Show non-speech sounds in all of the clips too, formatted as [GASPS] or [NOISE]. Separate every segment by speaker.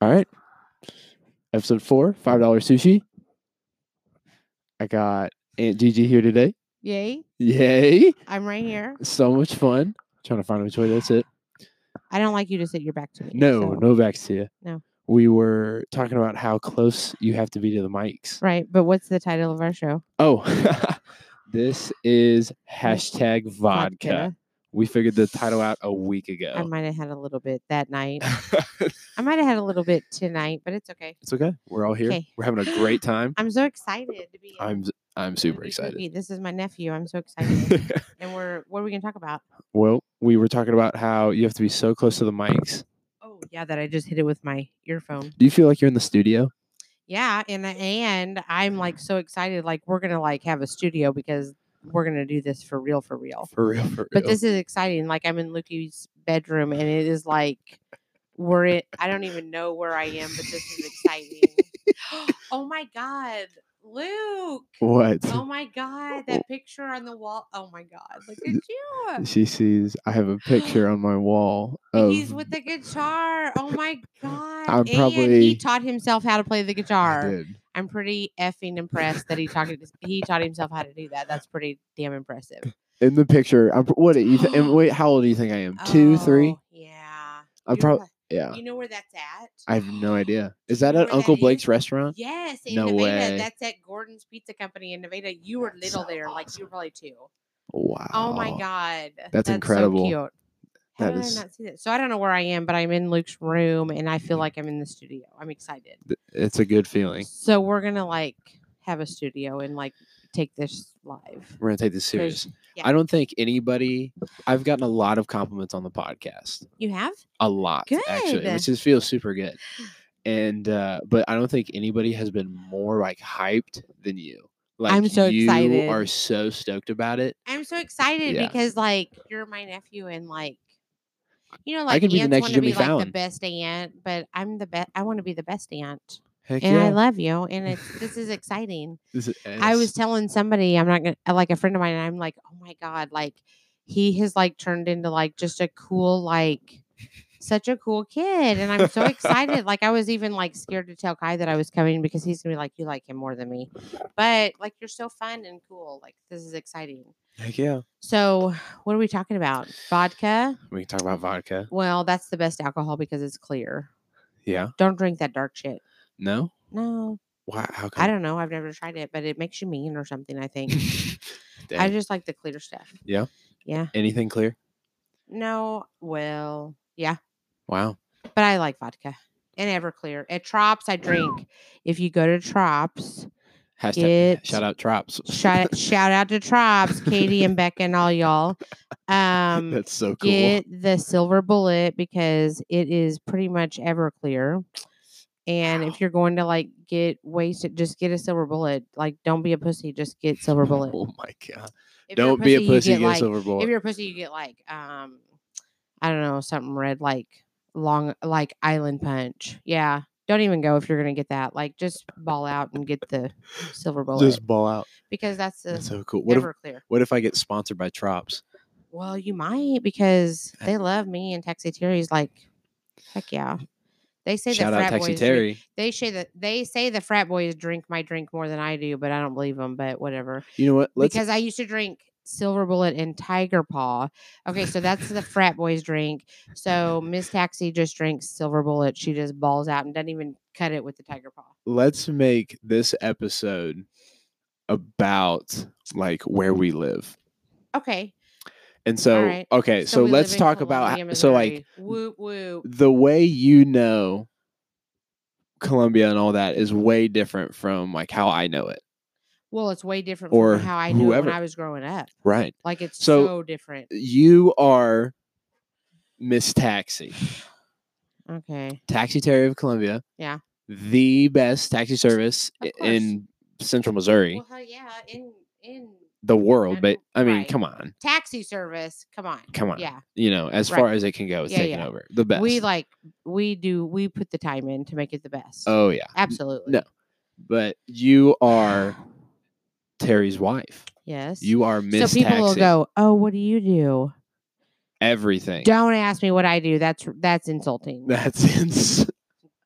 Speaker 1: All right. Episode four, five dollar sushi. I got Aunt Gigi here today.
Speaker 2: Yay.
Speaker 1: Yay!
Speaker 2: I'm right here.
Speaker 1: So much fun. Trying to find which way that's it.
Speaker 2: I don't like you to sit your back to me.
Speaker 1: No,
Speaker 2: so-
Speaker 1: no backs to you.
Speaker 2: No.
Speaker 1: We were talking about how close you have to be to the mics.
Speaker 2: Right. But what's the title of our show?
Speaker 1: Oh, [LAUGHS] this is hashtag vodka. We figured the title out a week
Speaker 2: I
Speaker 1: ago.
Speaker 2: might have had a little bit
Speaker 1: [LAUGHS]
Speaker 2: that night. I might have had a little bit tonight, but it's okay.
Speaker 1: it's okay. We're all here.
Speaker 2: Okay.
Speaker 1: We're having a great
Speaker 2: [LAUGHS]
Speaker 1: time.
Speaker 2: I'm so excited to be
Speaker 1: I'm I'm
Speaker 2: in
Speaker 1: super
Speaker 2: Oogie
Speaker 1: excited.
Speaker 2: Boogie. This is my nephew. I'm
Speaker 1: [LAUGHS]
Speaker 2: so excited. and we're what are we gonna talk about?
Speaker 1: well, we were talking about how you have to be so close to the mics.
Speaker 2: Oh yeah, that I just hit it with my earphone.
Speaker 1: Do you feel like you're in the studio?
Speaker 2: Yeah, and and I'm like so excited. Like we're gonna like have a studio because we're gonna do this for real, for real.
Speaker 1: For real, for real.
Speaker 2: Oh. But this is exciting. Like I'm in Lukey's bedroom, and it is like we're in. I don't even know where I am, but this is exciting. [GASPS] oh my god, Luke!
Speaker 1: [LAUGHS] what?
Speaker 2: Oh my god, that picture on the wall. Oh my god, look at you.
Speaker 1: She sees I have a picture on my wall
Speaker 2: And
Speaker 1: of
Speaker 2: He's with the guitar. Oh my god!
Speaker 1: Oh, I'm
Speaker 2: and
Speaker 1: probably-
Speaker 2: he taught himself how to play the
Speaker 1: I
Speaker 2: guitar.
Speaker 1: did.
Speaker 2: I'm pretty effing impressed that he taught he taught himself how to do that. That's pretty damn impressive.
Speaker 1: in the picture. I'm pr- what do you th-
Speaker 2: [GASPS]
Speaker 1: and wait, how old do you think I am? Two, three? uh
Speaker 2: Oh, Yeah.
Speaker 1: I'm
Speaker 2: You're
Speaker 1: probably
Speaker 2: pla-
Speaker 1: yeah.
Speaker 2: You know where that's at?
Speaker 1: I have
Speaker 2: [GASPS]
Speaker 1: no idea. Is that
Speaker 2: know
Speaker 1: at
Speaker 2: where
Speaker 1: Uncle
Speaker 2: that
Speaker 1: Blake's
Speaker 2: is?
Speaker 1: restaurant?
Speaker 2: Yes, in
Speaker 1: No
Speaker 2: Nevada.
Speaker 1: way.
Speaker 2: That's at Gordon's Pizza Company in Nevada. You were
Speaker 1: That's
Speaker 2: little
Speaker 1: so
Speaker 2: there, like you were probably two.
Speaker 1: Wow.
Speaker 2: Oh my god. so
Speaker 1: incredible.
Speaker 2: cute. How
Speaker 1: That
Speaker 2: did
Speaker 1: is-
Speaker 2: I not see that? So I don't know where I am, but I'm in Luke's room and I
Speaker 1: Mm-hmm.
Speaker 2: feel like I'm in the studio. I'm excited.
Speaker 1: Th- It's a good feeling.
Speaker 2: So we're gonna like have a studio and like take this live.
Speaker 1: We're gonna take this
Speaker 2: There's-
Speaker 1: serious.
Speaker 2: yeah.
Speaker 1: I don't think anybody I've gotten a lot of compliments on the podcast.
Speaker 2: You have?
Speaker 1: A lot actually,
Speaker 2: Good.
Speaker 1: which is feels super good. And uh but I don't think anybody has been more like hyped than you. Like
Speaker 2: I'm so
Speaker 1: you
Speaker 2: excited.
Speaker 1: are so stoked about it.
Speaker 2: I'm so excited
Speaker 1: Yeah.
Speaker 2: because like you're my nephew and like you know
Speaker 1: I
Speaker 2: like
Speaker 1: could be the
Speaker 2: aunts
Speaker 1: next
Speaker 2: want to
Speaker 1: Jimmy
Speaker 2: be like
Speaker 1: Fallon.
Speaker 2: the best aunt, but I'm the best I want to be the best aunt.
Speaker 1: Heck
Speaker 2: and I love you.
Speaker 1: [LAUGHS]
Speaker 2: And it's this is exciting.
Speaker 1: This is-
Speaker 2: I
Speaker 1: it's-
Speaker 2: was telling somebody, I'm not gonna uh, like a friend of mine, and I'm like, oh my god, like he has like turned into like just a cool like such a cool kid, and I'm so excited. like I was even like scared to tell Kai that I was coming because he's gonna be like, you like him more than me, but like you're so fun and cool. Like this is exciting.
Speaker 1: Heck yeah.
Speaker 2: So, what are we talking about? Vodka?
Speaker 1: We can talk about vodka.
Speaker 2: Well, that's the best alcohol because it's clear.
Speaker 1: Yeah.
Speaker 2: Don't drink that dark shit.
Speaker 1: No?
Speaker 2: No,
Speaker 1: Why how
Speaker 2: I don't know. I've never tried it, but it makes you mean or something,
Speaker 1: [LAUGHS]
Speaker 2: I think. I
Speaker 1: Dang.
Speaker 2: just like the clear stuff.
Speaker 1: Yeah?
Speaker 2: Yeah.
Speaker 1: Anything clear?
Speaker 2: No, well, yeah,
Speaker 1: Wow.
Speaker 2: but I like vodka and Everclear. At Trops, I drink. If you go to Trops,
Speaker 1: Hashtag
Speaker 2: it
Speaker 1: shout out Trops. [LAUGHS]
Speaker 2: shout, shout out to Trops, Katie and Becca and all y'all. Um,
Speaker 1: That's so cool.
Speaker 2: get the silver bullet because it is pretty much Everclear. And
Speaker 1: Wow.
Speaker 2: if you're going to like get wasted, just get a silver bullet. Like, don't be a pussy. Just get
Speaker 1: [LAUGHS]
Speaker 2: silver bullet.
Speaker 1: Oh my god.
Speaker 2: If you're
Speaker 1: Don't be a
Speaker 2: you
Speaker 1: pussy,
Speaker 2: get,
Speaker 1: get,
Speaker 2: like,
Speaker 1: silver bullet.
Speaker 2: if you're a pussy, you get like um, I don't know, something red, like long, like island punch. Yeah, don't even go if you're gonna get that. Like just ball out and get the silver bullet
Speaker 1: Just ball out.
Speaker 2: because that's the
Speaker 1: That's so cool. What if,
Speaker 2: never clear.
Speaker 1: what if I get sponsored by Trops?
Speaker 2: Well, you might because they love me and Taxi Terry's like, heck yeah. They say
Speaker 1: Shout
Speaker 2: the
Speaker 1: out
Speaker 2: frat
Speaker 1: Taxi
Speaker 2: boys. drink-
Speaker 1: Terry.
Speaker 2: They say that they say the frat boys drink my drink more than I do, but I don't believe them. But whatever
Speaker 1: You know what? Let's
Speaker 2: because I used to drink Silver Bullet and Tiger Paw. Okay, so that's the frat boys drink. So Miss Taxi just drinks Silver Bullet. She just balls out and doesn't even cut it with the Tiger Paw.
Speaker 1: let's make this episode about like where we live.
Speaker 2: Okay,
Speaker 1: And so
Speaker 2: right.
Speaker 1: okay, so,
Speaker 2: we live
Speaker 1: let's
Speaker 2: in
Speaker 1: talk about
Speaker 2: Columbia,
Speaker 1: h- so like
Speaker 2: Missouri. whoop whoop.
Speaker 1: the way you know Colombia and all that is way different from like how I know it.
Speaker 2: Well, it's way different
Speaker 1: or
Speaker 2: from how I knew it
Speaker 1: whoever.
Speaker 2: when I was growing up.
Speaker 1: Right.
Speaker 2: Like it's
Speaker 1: So-
Speaker 2: so, different.
Speaker 1: You are Miss Taxi,
Speaker 2: Okay,
Speaker 1: Taxi Terry of Columbia.
Speaker 2: Yeah.
Speaker 1: The best taxi service
Speaker 2: Of
Speaker 1: i- in central Missouri,
Speaker 2: well, hell yeah, in in
Speaker 1: the world. But I mean,
Speaker 2: Right.
Speaker 1: come on.
Speaker 2: taxi service. Come on,
Speaker 1: Come on.
Speaker 2: yeah.
Speaker 1: You know, as
Speaker 2: Right.
Speaker 1: far as it can go, it's
Speaker 2: Yeah,
Speaker 1: taking
Speaker 2: yeah.
Speaker 1: over. The best.
Speaker 2: We like we do we put the time in to make it the best.
Speaker 1: oh, yeah.
Speaker 2: absolutely.
Speaker 1: But you
Speaker 2: [SIGHS]
Speaker 1: are Terry's wife.
Speaker 2: Yes.
Speaker 1: You are Miss
Speaker 2: so people
Speaker 1: Taxi.
Speaker 2: will go, "Oh, what do you do?"
Speaker 3: [LAUGHS]
Speaker 1: Everything.
Speaker 2: Don't ask me what I do. That's that's insulting.
Speaker 1: That's ins-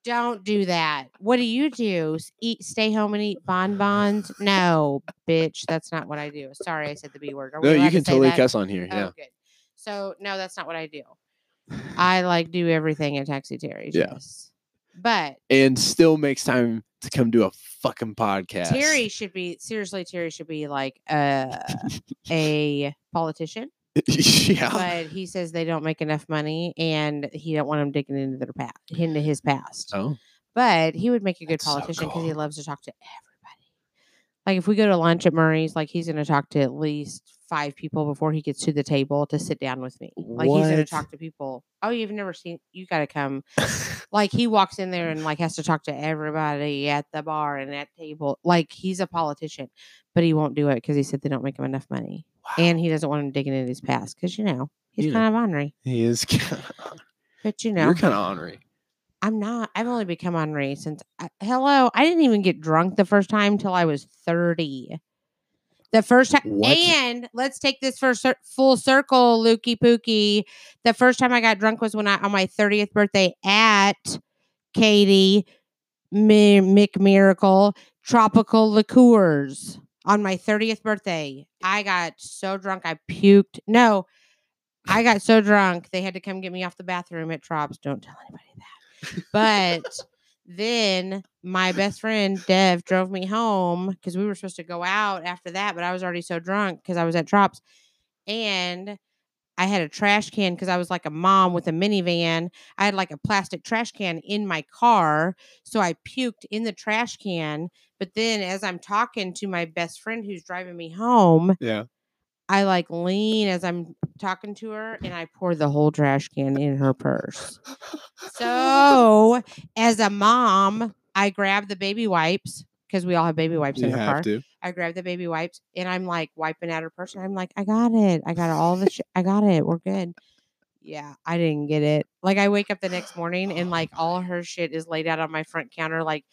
Speaker 2: Don't do that. What do you do? S- Eat, stay home and eat bonbons? No, bitch, that's not what I do. Sorry, I said the B word. Are we
Speaker 3: No,
Speaker 2: allowed
Speaker 3: you
Speaker 2: to
Speaker 3: can
Speaker 2: say
Speaker 3: totally
Speaker 2: that?
Speaker 3: cuss on here.
Speaker 2: Oh,
Speaker 3: Yeah.
Speaker 2: good. So no, that's not what I do. I like do everything at Taxi Terry's.
Speaker 3: Yeah.
Speaker 2: Yes. But
Speaker 3: And still makes time to come do a fucking podcast.
Speaker 2: Terry should be seriously. Terry should be like uh, a politician,
Speaker 3: [LAUGHS] yeah.
Speaker 2: but he says they don't make enough money, and he don't want them digging into their past, into his past.
Speaker 3: oh.
Speaker 2: But he would make a good
Speaker 3: That's so
Speaker 2: politician because he
Speaker 3: cool.
Speaker 2: loves to talk to everybody. Like if we go to lunch at Murray's, like he's going to talk to at least five people before he gets to the table to sit down with me. Like he's going to
Speaker 3: What?
Speaker 2: talk to people. Oh, you've never seen? You got
Speaker 3: [LAUGHS]
Speaker 2: to come. like he walks in there and like has to talk to everybody at the bar and at table. Like he's a politician, but he won't do it because he said they don't make him enough money, and he doesn't want him digging into his past because you know he's
Speaker 3: Yeah.
Speaker 2: kind of ornery.
Speaker 3: he is kind of,
Speaker 2: But you
Speaker 3: [LAUGHS]
Speaker 2: know,
Speaker 3: you're kind of ornery.
Speaker 2: I'm not. I've only become ornery since. I, hello, I didn't even get drunk the first time till I was 30. The first time,
Speaker 3: What?
Speaker 2: and let's take this first cir- full circle, Lukey Pookie. The first time I got drunk was when I on my 30th birthday at Katie Mi- McMiracle Tropical Liqueurs. On my 30th birthday, I got so drunk I puked. No, I got so drunk they had to come get me off the bathroom at Trops. Don't tell anybody that. But then my best friend Dev drove me home because we were supposed to go out after that, but I was already so drunk because I was at Drops. And I had a trash can because I was like a mom with a minivan. I had like a plastic trash can in my car. So I puked in the trash can. But then as I'm talking to my best friend who's driving me home,
Speaker 3: Yeah.
Speaker 2: I like lean as I'm talking to her and I pour the whole trash can in her purse. So, as a mom, I grab the baby wipes because we all have baby wipes
Speaker 3: you
Speaker 2: in our car.
Speaker 3: have to.
Speaker 2: I grab the baby wipes and I'm like wiping out her purse. And I'm like, I got it. I got all the. Sh- I got it. We're good. Yeah, I didn't get it. Like I wake up the next morning and like all her shit is laid out on my front counter. Like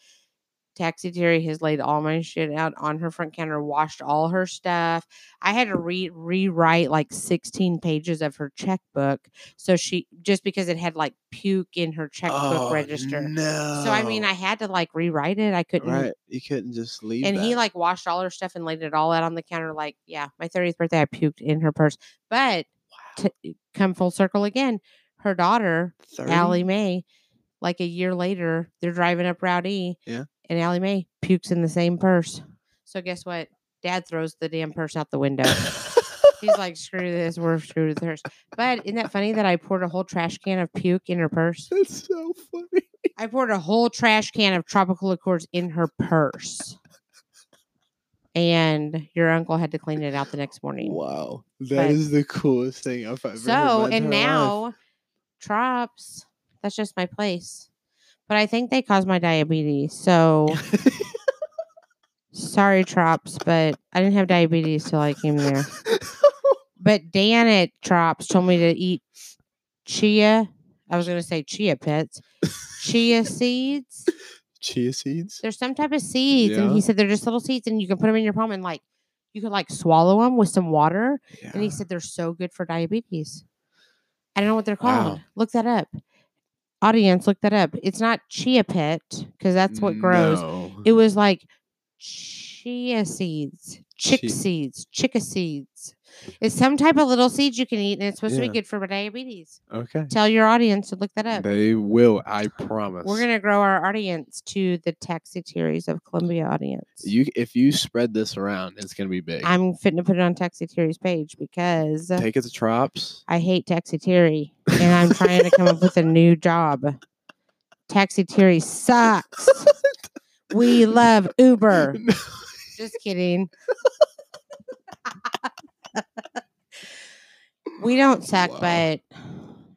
Speaker 2: Taxi Terry has laid all my shit out on her front counter, washed all her stuff. I had to re rewrite like 16 pages of her checkbook. So she just because it had like puke in her checkbook
Speaker 3: Oh,
Speaker 2: register.
Speaker 3: No.
Speaker 2: So I mean I had to like rewrite it. I couldn't
Speaker 3: Right. You couldn't just leave.
Speaker 2: and he
Speaker 3: that.
Speaker 2: like washed all her stuff and laid it all out on the counter. Like, yeah, my 30th birthday, I puked in her purse. But to eh, come full circle again, her daughter,
Speaker 3: 30? [LAUGHS]
Speaker 2: Allie Mae, like a year later, they're driving up Route E.
Speaker 3: Yeah.
Speaker 2: And Allie Mae pukes in the same purse. So guess what? Dad throws the damn purse out the window. He's like, screw this, we're screwed with hers. But isn't that funny that I poured a whole trash can of puke in her purse?
Speaker 3: That's so funny.
Speaker 2: I poured a whole trash can of tropical liqueurs in her purse. And your uncle had to clean it out the next morning.
Speaker 3: Wow. that is
Speaker 2: But-
Speaker 3: the coolest thing I've ever
Speaker 2: So,
Speaker 3: heard. in my
Speaker 2: and
Speaker 3: entire
Speaker 2: now
Speaker 3: life.
Speaker 2: Trops, that's just my place. But I think they caused my diabetes.
Speaker 3: [LAUGHS]
Speaker 2: So sorry, Trops, but I didn't have diabetes till I came there. But Dan at Trops told me to eat chia. I was going to say chia pets,
Speaker 3: [LAUGHS]
Speaker 2: chia seeds.
Speaker 3: Chia seeds?
Speaker 2: there's some type of seeds and he
Speaker 3: Yeah.
Speaker 2: said they're just little seeds and you can put them in your palm and like you could like swallow them with some water and
Speaker 3: Yeah.
Speaker 2: he said they're so good for diabetes i don't know what they're called
Speaker 3: Wow.
Speaker 2: look that up audience look that up it's not chia pet because that's what grows
Speaker 3: No.
Speaker 2: it was like chia seeds chick
Speaker 3: Chi-
Speaker 2: seeds chica seeds it's some type of little seeds you can eat and it's supposed to
Speaker 3: Yeah.
Speaker 2: be good for diabetes
Speaker 3: okay.
Speaker 2: tell your audience to look that up
Speaker 3: They will, I promise.
Speaker 2: we're going to grow our audience to the taxi series of Columbia audience.
Speaker 3: you if you spread this around, it's gonna be big.
Speaker 2: I'm fitting to put it on Taxi Terry's page because
Speaker 3: Take it to Trops.
Speaker 2: I hate Taxi Terry and I'm trying to come up with a new job. Taxi Terry sucks. We love Uber.
Speaker 3: No.
Speaker 2: Just kidding. we don't suck,
Speaker 3: Wow.
Speaker 2: but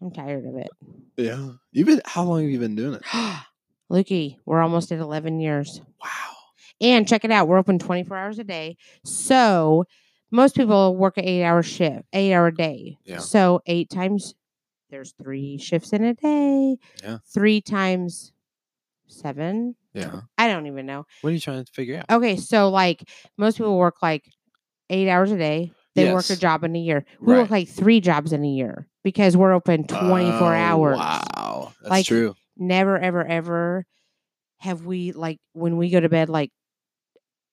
Speaker 2: I'm tired of it.
Speaker 3: [LAUGHS]
Speaker 2: [GASPS]
Speaker 3: Yeah. You've been how long have you been doing it?
Speaker 2: Lukey, we're almost at 11 years.
Speaker 3: Wow.
Speaker 2: And check it out, we're open 24 hours a day. So most people work an eight hour shift, eight hour day.
Speaker 3: Yeah.
Speaker 2: So eight times, there's three shifts in a day.
Speaker 3: Yeah.
Speaker 2: Three times seven.
Speaker 3: Yeah.
Speaker 2: I don't even know.
Speaker 3: What are you trying to figure out?
Speaker 2: Okay. So, like, most people work like eight hours a day. They work
Speaker 3: Yes.
Speaker 2: a job in a year. We work
Speaker 3: Right.
Speaker 2: like three jobs in a year because we're open 24
Speaker 3: Oh,
Speaker 2: hours.
Speaker 3: Wow. That's
Speaker 2: Like,
Speaker 3: true.
Speaker 2: never ever ever have we like when we go to bed like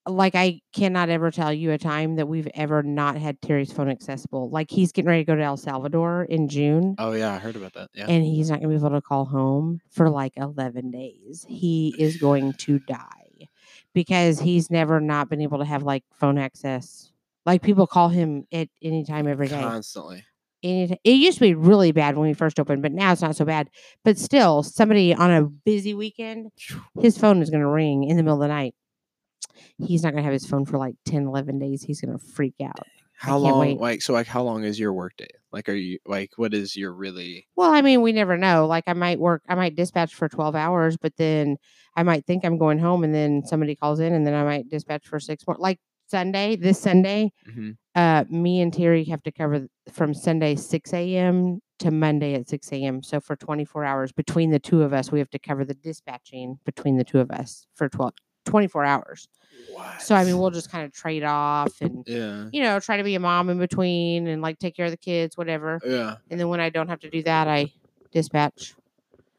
Speaker 2: like I cannot ever tell you a time that we've ever not had Terry's phone accessible. Like he's getting ready to go to El Salvador in June
Speaker 1: Oh yeah, I heard about that. Yeah.
Speaker 2: and he's not going to be able to call home for like 11 days. He is going to die because he's never not been able to have like phone access. Like people call him at any time every day.
Speaker 1: Constantly.
Speaker 2: Any t- it used to be really bad when we first opened, but now it's not so bad. But still, somebody on a busy weekend, his phone is going to ring in the middle of the night. He's not going to have his phone for like 10, 11 days. He's going to freak out.
Speaker 1: How
Speaker 2: can't
Speaker 1: long?
Speaker 2: wait.
Speaker 1: Like so, like how long is your work day? Like, are you like what is your really?
Speaker 2: Well, I mean, we never know. Like, I might work, I might dispatch for 12 hours, but then I might think I'm going home, and then somebody calls in, and then I might dispatch for six more. Like Sunday, this Sunday, uh, me and Terry have to cover th- from Sunday 6 a.m. to Monday at 6 a.m. So for 24 hours between the two of us, we have to cover the dispatching between the two of us for 12, 24 hours.
Speaker 1: What?
Speaker 2: So, I mean, we'll just kind of trade off and,
Speaker 1: yeah,
Speaker 2: you know, try to be a mom in between and like take care of the kids, whatever.
Speaker 1: yeah.
Speaker 2: And then when I don't have to do that, I dispatch.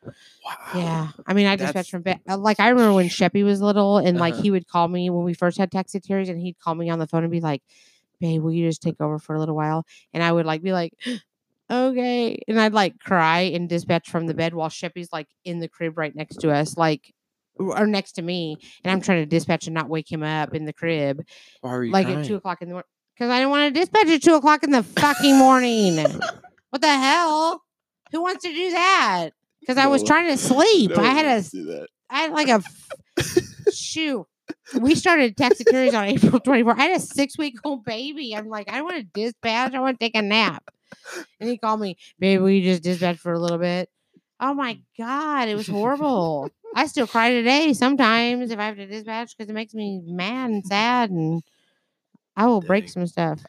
Speaker 1: Wow.
Speaker 2: Yeah. I mean, I
Speaker 1: That's-
Speaker 2: dispatch from bed. uh, Like, I remember when Sheppy was little and like
Speaker 1: Uh-huh.
Speaker 2: he would call me when we first had taxiteries and he'd call me on the phone and be like, babe, will you just
Speaker 1: Uh
Speaker 2: take over for a little while? And I would like be like, [GASPS] okay. And I'd like cry and dispatch from the
Speaker 1: Mm.
Speaker 2: bed while Sheppy's like in the crib right next to us, like, or next to me. And I'm trying to dispatch and not wake him up in the crib,
Speaker 1: Why were you
Speaker 2: like
Speaker 1: crying?
Speaker 2: at two o'clock in the morning. Cause I didn't want to dispatch at two o'clock in the fucking
Speaker 1: [LAUGHS]
Speaker 2: morning. what the hell? Who wants to do that? Because I was
Speaker 1: No.
Speaker 2: trying to sleep. I had a
Speaker 1: do that.
Speaker 2: I had like a
Speaker 1: [LAUGHS]
Speaker 2: f- shoe. We started taxidermies on April 24th. I had a six week old baby. I'm like, I want to dispatch. I want to take a nap. And he called me, baby, will you just dispatch for a little bit? Oh my God. It was horrible. I still cry today sometimes if I have to dispatch because it makes me mad and sad. And I will break
Speaker 1: Dang.
Speaker 2: some stuff.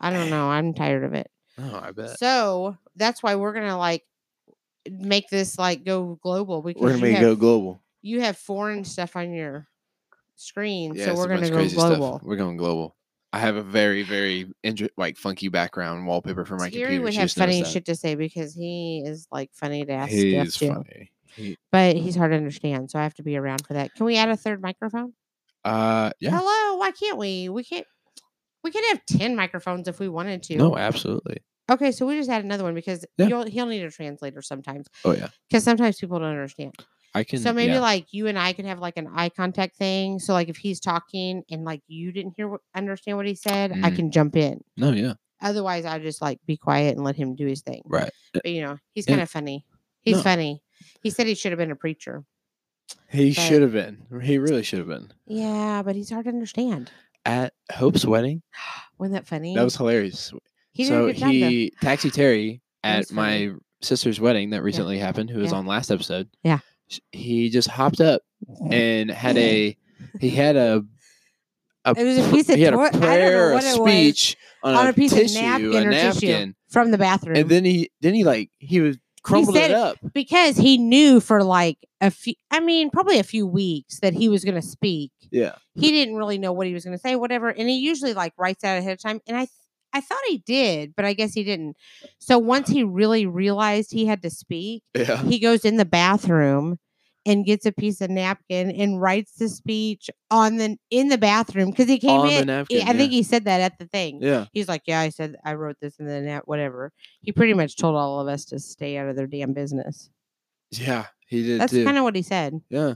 Speaker 2: I don't know. I'm tired of it.
Speaker 1: Oh, I bet.
Speaker 2: So that's why we're going to like make this like go global. Because
Speaker 1: We're gonna
Speaker 2: you
Speaker 1: make it
Speaker 2: have-
Speaker 1: go global.
Speaker 2: you have foreign stuff on your screen,
Speaker 1: Yeah,
Speaker 2: so
Speaker 1: it's
Speaker 2: we're
Speaker 1: a
Speaker 2: gonna
Speaker 1: bunch of
Speaker 2: go
Speaker 1: crazy stuff.
Speaker 2: global.
Speaker 1: We're going global. I have a very, very inter- like funky background wallpaper for my
Speaker 2: Terry
Speaker 1: computer.
Speaker 2: would
Speaker 1: She
Speaker 2: have
Speaker 1: just noticed
Speaker 2: funny
Speaker 1: that.
Speaker 2: shit to say because he is like funny to ask
Speaker 1: He's
Speaker 2: stuff to,
Speaker 1: funny. He-
Speaker 2: but he's hard to understand, so I have to be around for that. Can we add a third microphone?
Speaker 1: uh, yeah.
Speaker 2: Hello, why can't we? We can't. We could have ten microphones if we wanted to.
Speaker 1: No, absolutely.
Speaker 2: Okay, so we just add another one because
Speaker 1: Yeah.
Speaker 2: you'll, he'll need a translator sometimes
Speaker 1: Oh yeah.
Speaker 2: because sometimes people don't understand.
Speaker 1: I can.
Speaker 2: so maybe
Speaker 1: yeah.
Speaker 2: like you and I could have like an eye contact thing. So like if he's talking and like you didn't hear what, understand what he said, I
Speaker 1: Mm.
Speaker 2: can jump in.
Speaker 1: No, yeah.
Speaker 2: otherwise i just like be quiet and let him do his thing
Speaker 1: Right.
Speaker 2: but you know he's
Speaker 1: Yeah.
Speaker 2: kind of funny he's
Speaker 1: Eh, No.
Speaker 2: funny he said he should have been a preacher
Speaker 1: He
Speaker 2: But-
Speaker 1: should have been. He really should have been
Speaker 2: yeah but he's hard to understand
Speaker 1: at Hope's wedding.
Speaker 2: wasn't that funny
Speaker 1: That was hilarious.
Speaker 2: he did
Speaker 1: so
Speaker 2: a good job though.
Speaker 1: he taxi Terry
Speaker 2: That was
Speaker 1: at my sister's wedding that recently happened, who was
Speaker 2: Yeah.
Speaker 1: on last episode.
Speaker 2: Yeah.
Speaker 1: sh- He just hopped up and had
Speaker 2: [LAUGHS]
Speaker 1: a he had a a
Speaker 2: It was a
Speaker 1: pr-
Speaker 2: piece of
Speaker 1: he had
Speaker 2: toi- I
Speaker 1: a
Speaker 2: don't know
Speaker 1: prayer a
Speaker 2: what it was,
Speaker 1: speech on,
Speaker 2: on a piece of
Speaker 1: uh, tissue,
Speaker 2: napkin
Speaker 1: a
Speaker 2: or tissue.
Speaker 1: napkin,
Speaker 2: from the bathroom
Speaker 1: and then he then he like he was crumbled
Speaker 2: said-
Speaker 1: it up.
Speaker 2: because he knew for like a few i mean probably a few weeks that he was going to speak
Speaker 1: Yeah, [LAUGHS]
Speaker 2: he didn't really know what he was going to say whatever and he usually like writes that ahead of time and i th- i thought he did but i guess he didn't so once he really realized he had to speak
Speaker 1: yeah.
Speaker 2: he goes in the bathroom and gets a piece of napkin and writes the speech on the in the bathroom because he came
Speaker 1: On the
Speaker 2: in.
Speaker 1: napkin,
Speaker 2: I think
Speaker 1: yeah.
Speaker 2: he said that at the thing.
Speaker 1: Yeah,
Speaker 2: He's like, "Yeah, I said I wrote this in the nap, whatever." He pretty much told all of us to stay out of their damn business.
Speaker 1: yeah, he did
Speaker 2: That's
Speaker 1: too.
Speaker 2: kind of what he said.
Speaker 1: yeah,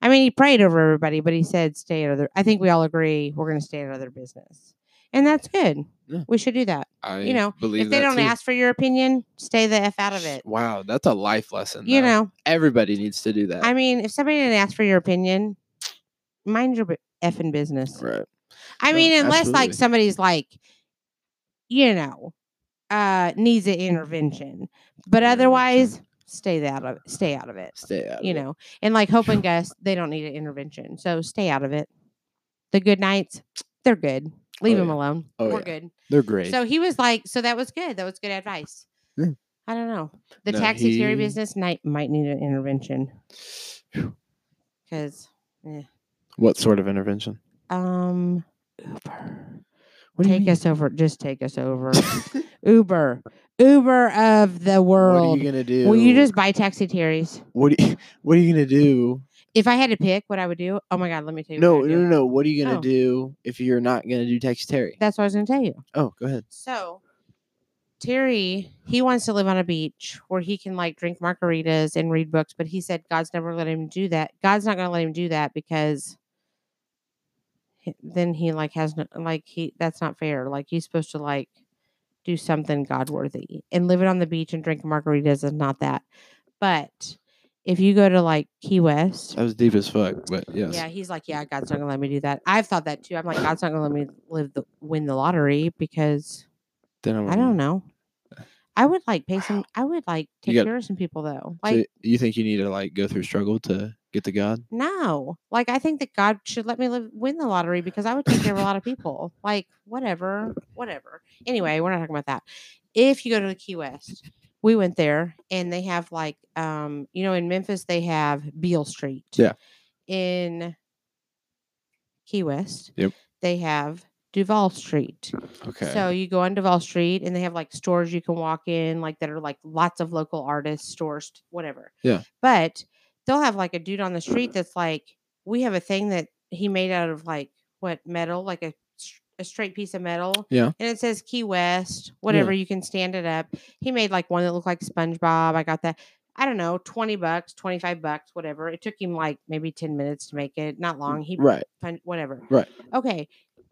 Speaker 2: I mean, he prayed over everybody, but he said, "Stay out of their." I think we all agree we're going to stay out of their business, and that's good.
Speaker 1: Yeah.
Speaker 2: We should do that.
Speaker 1: I
Speaker 2: you know,
Speaker 1: believe
Speaker 2: if they
Speaker 1: that
Speaker 2: don't
Speaker 1: too.
Speaker 2: ask for your opinion, stay the f out of it.
Speaker 1: Wow, that's a life lesson.
Speaker 2: You
Speaker 1: though.
Speaker 2: know,
Speaker 1: everybody needs to do that.
Speaker 2: I mean, if somebody didn't ask for your opinion, mind your bu- effing business.
Speaker 1: right.
Speaker 2: I
Speaker 1: no,
Speaker 2: mean, unless like
Speaker 1: absolutely.
Speaker 2: somebody's like, you know, uh, needs an intervention, but
Speaker 1: Yeah, that's true.
Speaker 2: otherwise, stay that of, stay out of it.
Speaker 1: Stay out.
Speaker 2: You
Speaker 1: of it.
Speaker 2: know, and like
Speaker 1: [LAUGHS]
Speaker 2: Hope and Gus, they don't need an intervention, so stay out of it. The good nights, they're good. Leave
Speaker 1: Oh,
Speaker 2: them
Speaker 1: yeah.
Speaker 2: alone.
Speaker 1: Oh,
Speaker 2: We're
Speaker 1: yeah.
Speaker 2: good.
Speaker 1: they're great.
Speaker 2: So he was like, so that was good. That was good advice.
Speaker 1: Yeah.
Speaker 2: I don't know. The
Speaker 1: No,
Speaker 2: taxi theory
Speaker 1: he-
Speaker 2: business night might need an intervention because
Speaker 1: What sort of intervention?
Speaker 2: um Uber.
Speaker 1: What do you
Speaker 2: Take
Speaker 1: mean? [LAUGHS]
Speaker 2: us over. Just take us over. Uber. Uber of the
Speaker 1: What are
Speaker 2: world.
Speaker 1: you gonna do?
Speaker 2: Will you just buy taxi terries?
Speaker 1: what? Are you, [LAUGHS] what are you gonna do?
Speaker 2: If I had to pick what I would do, oh my god, let me tell you.
Speaker 1: No,
Speaker 2: what I
Speaker 1: no,
Speaker 2: do.
Speaker 1: no, no. What are you gonna
Speaker 2: Oh.
Speaker 1: do if you're not gonna do Texas Terry?
Speaker 2: That's what I was gonna tell you.
Speaker 1: Oh, go ahead.
Speaker 2: So Terry, he wants to live on a beach where he can like drink margaritas and read books, but he said God's never let him do that. God's not going to let him do that because h- then he like has no like he that's not fair. Like he's supposed to like do something God worthy and living on the beach and drinking margaritas is not that. But if you go to like Key West,
Speaker 1: That was deep as fuck, but Oh, yes.
Speaker 2: yeah, he's like, yeah, God's not gonna let me do that. I've thought that too. I'm like, God's not gonna let me live the win the lottery because
Speaker 1: Then I'm
Speaker 2: I don't know. I would like
Speaker 1: [SIGHS]
Speaker 2: pay some. I would like
Speaker 1: Mm-hmm. You
Speaker 2: take
Speaker 1: got-
Speaker 2: care of some people though.
Speaker 1: So
Speaker 2: Like
Speaker 1: you think you need to like go through struggle to get to God?
Speaker 2: no, like I think that God should let me live, win the lottery because I would take care of a lot of people. Like whatever, whatever. Anyway, we're not talking about that. If you go to the Key West, we went there and they have like, um, you know, in Memphis they have Beale Street.
Speaker 1: Yeah.
Speaker 2: In Key West,
Speaker 1: Yep.
Speaker 2: they have Duval Street.
Speaker 1: Okay.
Speaker 2: So you go on Duval Street and they have like stores you can walk in, like that are like lots of local artists, stores, whatever.
Speaker 1: Yeah.
Speaker 2: But they'll have like a dude on the street that's like, we have a thing that he made out of like what metal, like a s- a straight piece of metal.
Speaker 1: Yeah.
Speaker 2: And it says Key West, whatever. You can stand it up. He made like one that looked like SpongeBob. I got that. I don't know, 20 bucks, 25 bucks, whatever. It took him like maybe 10 minutes to make it.
Speaker 1: Mm,
Speaker 2: Not long. He
Speaker 1: right.
Speaker 2: pun- whatever.
Speaker 1: Right.
Speaker 2: Okay.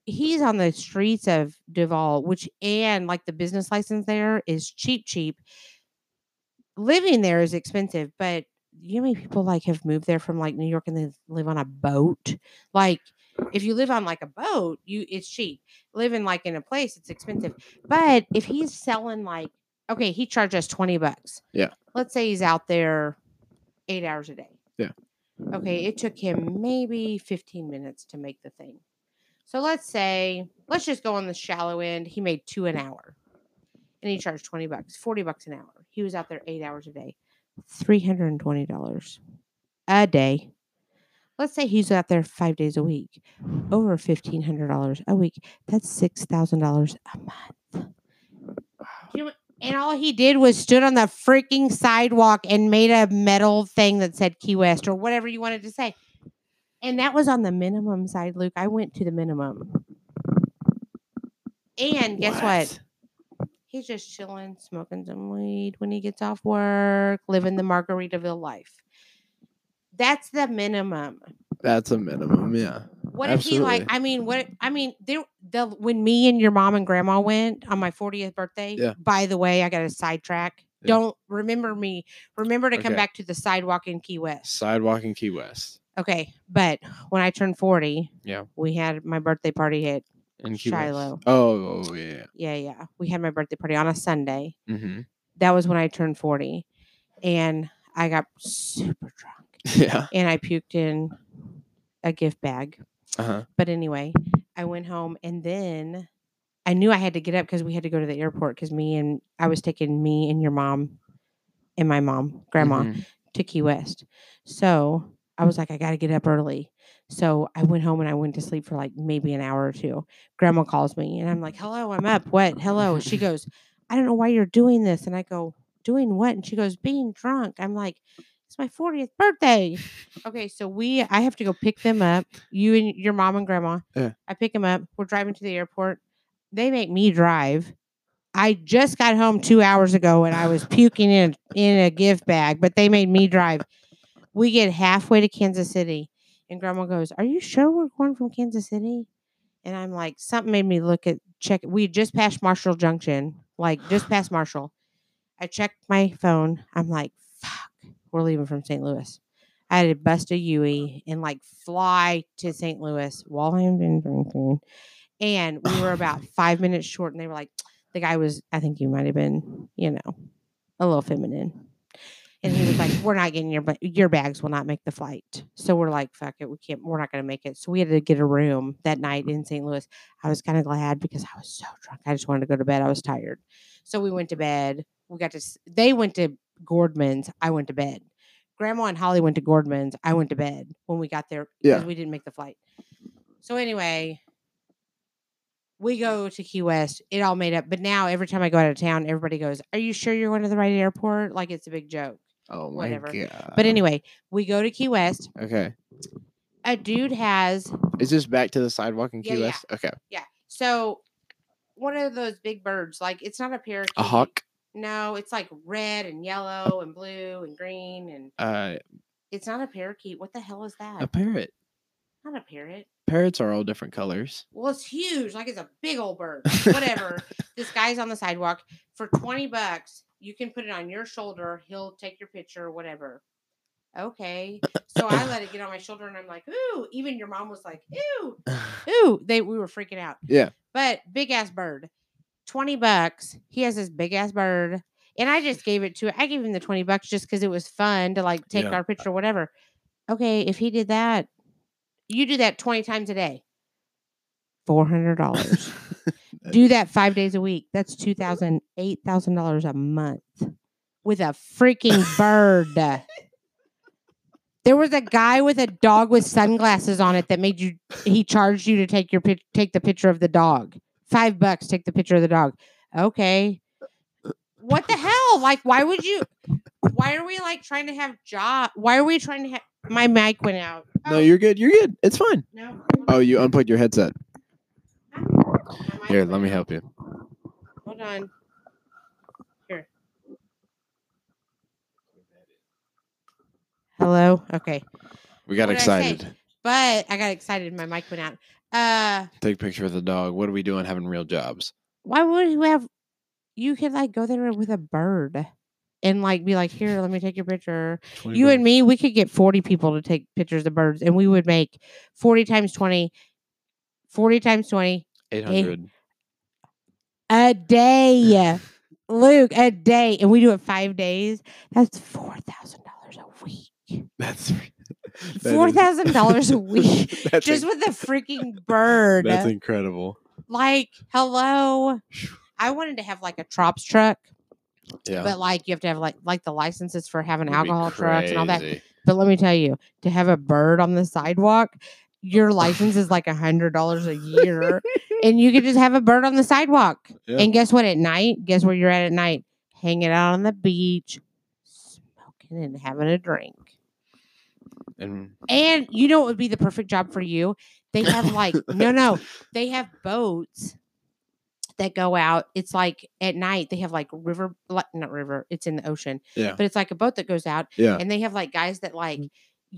Speaker 2: He's on the streets of Duval, which and like the business license there is cheap, cheap. Living there is expensive, but you know how many people like have moved there from like New York and they live on a boat? Like if you live on like a boat, you it's cheap. Living like in a place, it's expensive. But if he's selling like okay, he charged us twenty bucks.
Speaker 1: Yeah.
Speaker 2: Let's say he's out there eight hours a day.
Speaker 1: Yeah.
Speaker 2: Okay, it took him maybe fifteen minutes to make the thing. So let's say let's just go on the shallow end. He made two an hour, and he charged twenty bucks, forty bucks an hour. He was out there eight hours a day, three hundred and twenty dollars a day. Let's say he's out there five days a week, over fifteen hundred dollars a week. That's six thousand dollars a month. Do you know what- And all he did was stood on the freaking sidewalk and made a metal thing that said Key West or whatever you wanted to say. And that was on the minimum side, Luke. I went to the minimum. And guess what? He's just chilling, smoking some weed when he gets off work, living the Margaritaville life. That's the minimum.
Speaker 1: That's a minimum. Yeah.
Speaker 2: What if he like?
Speaker 1: Absolutely.
Speaker 2: I mean, what? I mean, there. The when me and your mom and grandma went on my 40th birthday.
Speaker 1: Yeah.
Speaker 2: By the way, I got a sidetrack.
Speaker 1: Yeah.
Speaker 2: Don't remember me. Remember to come
Speaker 1: Okay.
Speaker 2: back to the sidewalk in Key West.
Speaker 1: Sidewalk in Key West.
Speaker 2: Okay, but when I turned 40,
Speaker 1: Yeah.
Speaker 2: we had my birthday party at
Speaker 1: In Key
Speaker 2: Shiloh.
Speaker 1: West. Oh, oh, yeah.
Speaker 2: yeah yeah we had my birthday party on a Sunday.
Speaker 1: Mm-hmm. [LAUGHS]
Speaker 2: that was when I turned 40 and I got super drunk
Speaker 1: Yeah.
Speaker 2: and I puked in a gift bag.
Speaker 1: Uh huh.
Speaker 2: But anyway, I went home and then I knew I had to get up because we had to go to the airport because me and I was taking me and your mom and my mom, grandma,
Speaker 1: Mm-hmm.
Speaker 2: to Key West. So I was like, I got to get up early. So I went home and I went to sleep for like maybe an hour or two. Grandma calls me and I'm like, hello, I'm up. What? Hello. She goes, I don't know why you're doing this. And I go, doing what? And she goes, being drunk. I'm like, it's my 40th birthday. Okay. So we, I have to go pick them up. You and your mom and grandma.
Speaker 1: Yeah.
Speaker 2: I pick them up. We're driving to the airport. They make me drive. I just got home two hours ago and I was puking in in a gift bag, but they made me drive. We get halfway to Kansas City, and Grandma goes, "Are you sure we're going from Kansas City?" And I'm like, something made me look at check. We had just passed Marshall Junction, like just past Marshall. I checked my phone. I'm like, "Fuck, we're leaving from St. Louis." I had to bust a Yui and like fly to St. Louis while I'm been drinking, and we were about five minutes short, and they were like the guy was i think you might have been you know a little feminine and he was like we're not getting your ba- your bags will not make the flight so we're like fuck it we can't we're not going to make it so we had to get a room that night in st louis i was kind of glad because i was so drunk i just wanted to go to bed i was tired so we went to bed we got to s- they went to gordman's i went to bed grandma and holly went to gordman's i went to bed when we got there
Speaker 1: Yeah.
Speaker 2: we didn't make the flight so anyway we go to Key West. It all made up. But now every time I go out of town, everybody goes, Are you sure you're going to the right airport? Like it's a big joke.
Speaker 1: Oh my
Speaker 2: Whatever.
Speaker 1: god.
Speaker 2: But anyway, we go to Key West.
Speaker 1: Okay.
Speaker 2: A dude has
Speaker 1: Is this back to the sidewalk in
Speaker 2: Yeah,
Speaker 1: Key
Speaker 2: yeah.
Speaker 1: West? Okay.
Speaker 2: yeah. So one of those big birds, like it's not a parakeet.
Speaker 1: A hawk.
Speaker 2: No, it's like red and yellow and blue and green and
Speaker 1: Uh,
Speaker 2: it's not a parakeet. What the hell is that?
Speaker 1: a parrot.
Speaker 2: not a parrot.
Speaker 1: Parrots are all different
Speaker 2: [LAUGHS]
Speaker 1: colors.
Speaker 2: Well, it's huge, like it's a big old bird. Whatever. this guy's on the sidewalk for 20 bucks. You can put it on your shoulder. He'll take your picture, whatever. Okay. So I let it get on my shoulder and I'm like, ooh, even your mom was like, ooh, ooh. They we were freaking out.
Speaker 1: Yeah.
Speaker 2: But big ass bird. 20 bucks. He has this big ass bird. And I just gave it to I gave him the 20 bucks just because it was fun to like take
Speaker 1: Yeah.
Speaker 2: our picture, whatever. Okay, if he did that, you do that 20 times a day. Four hundred dollars.
Speaker 1: [LAUGHS]
Speaker 2: do that five days a week. That's two thousand, eight thousand dollars a month with a freaking bird. There was a guy with a dog with sunglasses on it that made you. He charged you to take your pic, take the picture of the dog. Five bucks, take the picture of the dog. Okay. What the hell? Like, why would you? Why are we like trying to have job? Why are we trying to have? My mic went out. Oh,
Speaker 1: No, you're good. You're good. It's fine.
Speaker 2: no.
Speaker 1: Oh, you unplugged your headset.
Speaker 2: My mic
Speaker 1: Here,
Speaker 2: went
Speaker 1: let me
Speaker 2: out.
Speaker 1: help you.
Speaker 2: Hold on. Here. Hello. Okay.
Speaker 1: We got
Speaker 2: What did I say?
Speaker 1: excited.
Speaker 2: But I got excited. My mic went out. Uh,
Speaker 1: Take a picture of the dog. What are we doing having real jobs?
Speaker 2: why would you have? You could like go there with a bird, and like be like, "Here, let me take your picture." You and me, we could get forty people to take pictures of birds, and we would make forty times 20, 40 times twenty
Speaker 1: eight hundred. [LAUGHS]
Speaker 2: a day. Luke, a day, and we do it five days. That's four thousand dollars a week.
Speaker 1: That's
Speaker 2: [LAUGHS]
Speaker 1: that is-
Speaker 2: Four thousand dollars a week,
Speaker 1: [LAUGHS] That's
Speaker 2: just
Speaker 1: inc-
Speaker 2: with a freaking bird.
Speaker 1: That's incredible.
Speaker 2: like, hello. I wanted to have like a Trops truck,
Speaker 1: Yeah.
Speaker 2: but like you have to have like like the licenses for having
Speaker 1: Would be
Speaker 2: alcohol trucks and all that.
Speaker 1: crazy.
Speaker 2: But let me tell you, to have a bird on the sidewalk,
Speaker 1: [LAUGHS]
Speaker 2: your license is like a hundred dollars a year, and you could just have a bird on the sidewalk.
Speaker 1: Yeah.
Speaker 2: And guess what? At night, guess where you're at at night? Hanging out on the beach, smoking and having a drink.
Speaker 1: And
Speaker 2: And you know what would be the perfect job for you? They have like no no, they have boats that go out. It's like at night they have like river li- not river, it's in the ocean.
Speaker 1: Yeah.
Speaker 2: But it's like a boat that goes out
Speaker 1: yeah.
Speaker 2: and they have like guys that like
Speaker 1: Mm.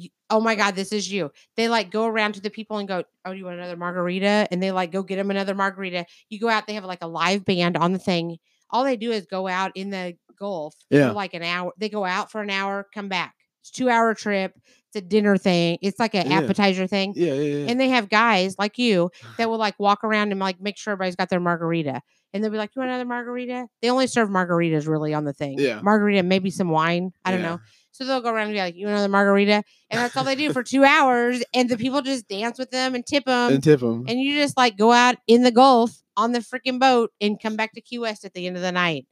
Speaker 2: y- oh my god, this is you. They like go around to the people and go, "Oh, you want another margarita?" and they like go get them another margarita. You go out, they have like a live band on the thing. All they do is go out in the Gulf
Speaker 1: Yeah.
Speaker 2: for like an hour. They go out for an hour, come back. It's two hour trip. It's a dinner thing. It's like an
Speaker 1: Yeah.
Speaker 2: appetizer thing.
Speaker 1: Yeah, yeah, yeah.
Speaker 2: And they have guys like
Speaker 1: [SIGHS]
Speaker 2: you that will like walk around and like make sure everybody's got their margarita. And they'll be like, You want another margarita? They only serve margaritas really on the thing.
Speaker 1: Yeah.
Speaker 2: Margarita, maybe some wine. I don't
Speaker 1: Yeah.
Speaker 2: know. So they'll go around and be like, You want another margarita? And that's all they do for two hours. And the people just dance with them and tip them.
Speaker 1: and tip them.
Speaker 2: and you just like go out in the Gulf on the freaking boat and come back to Key West at the end of the night.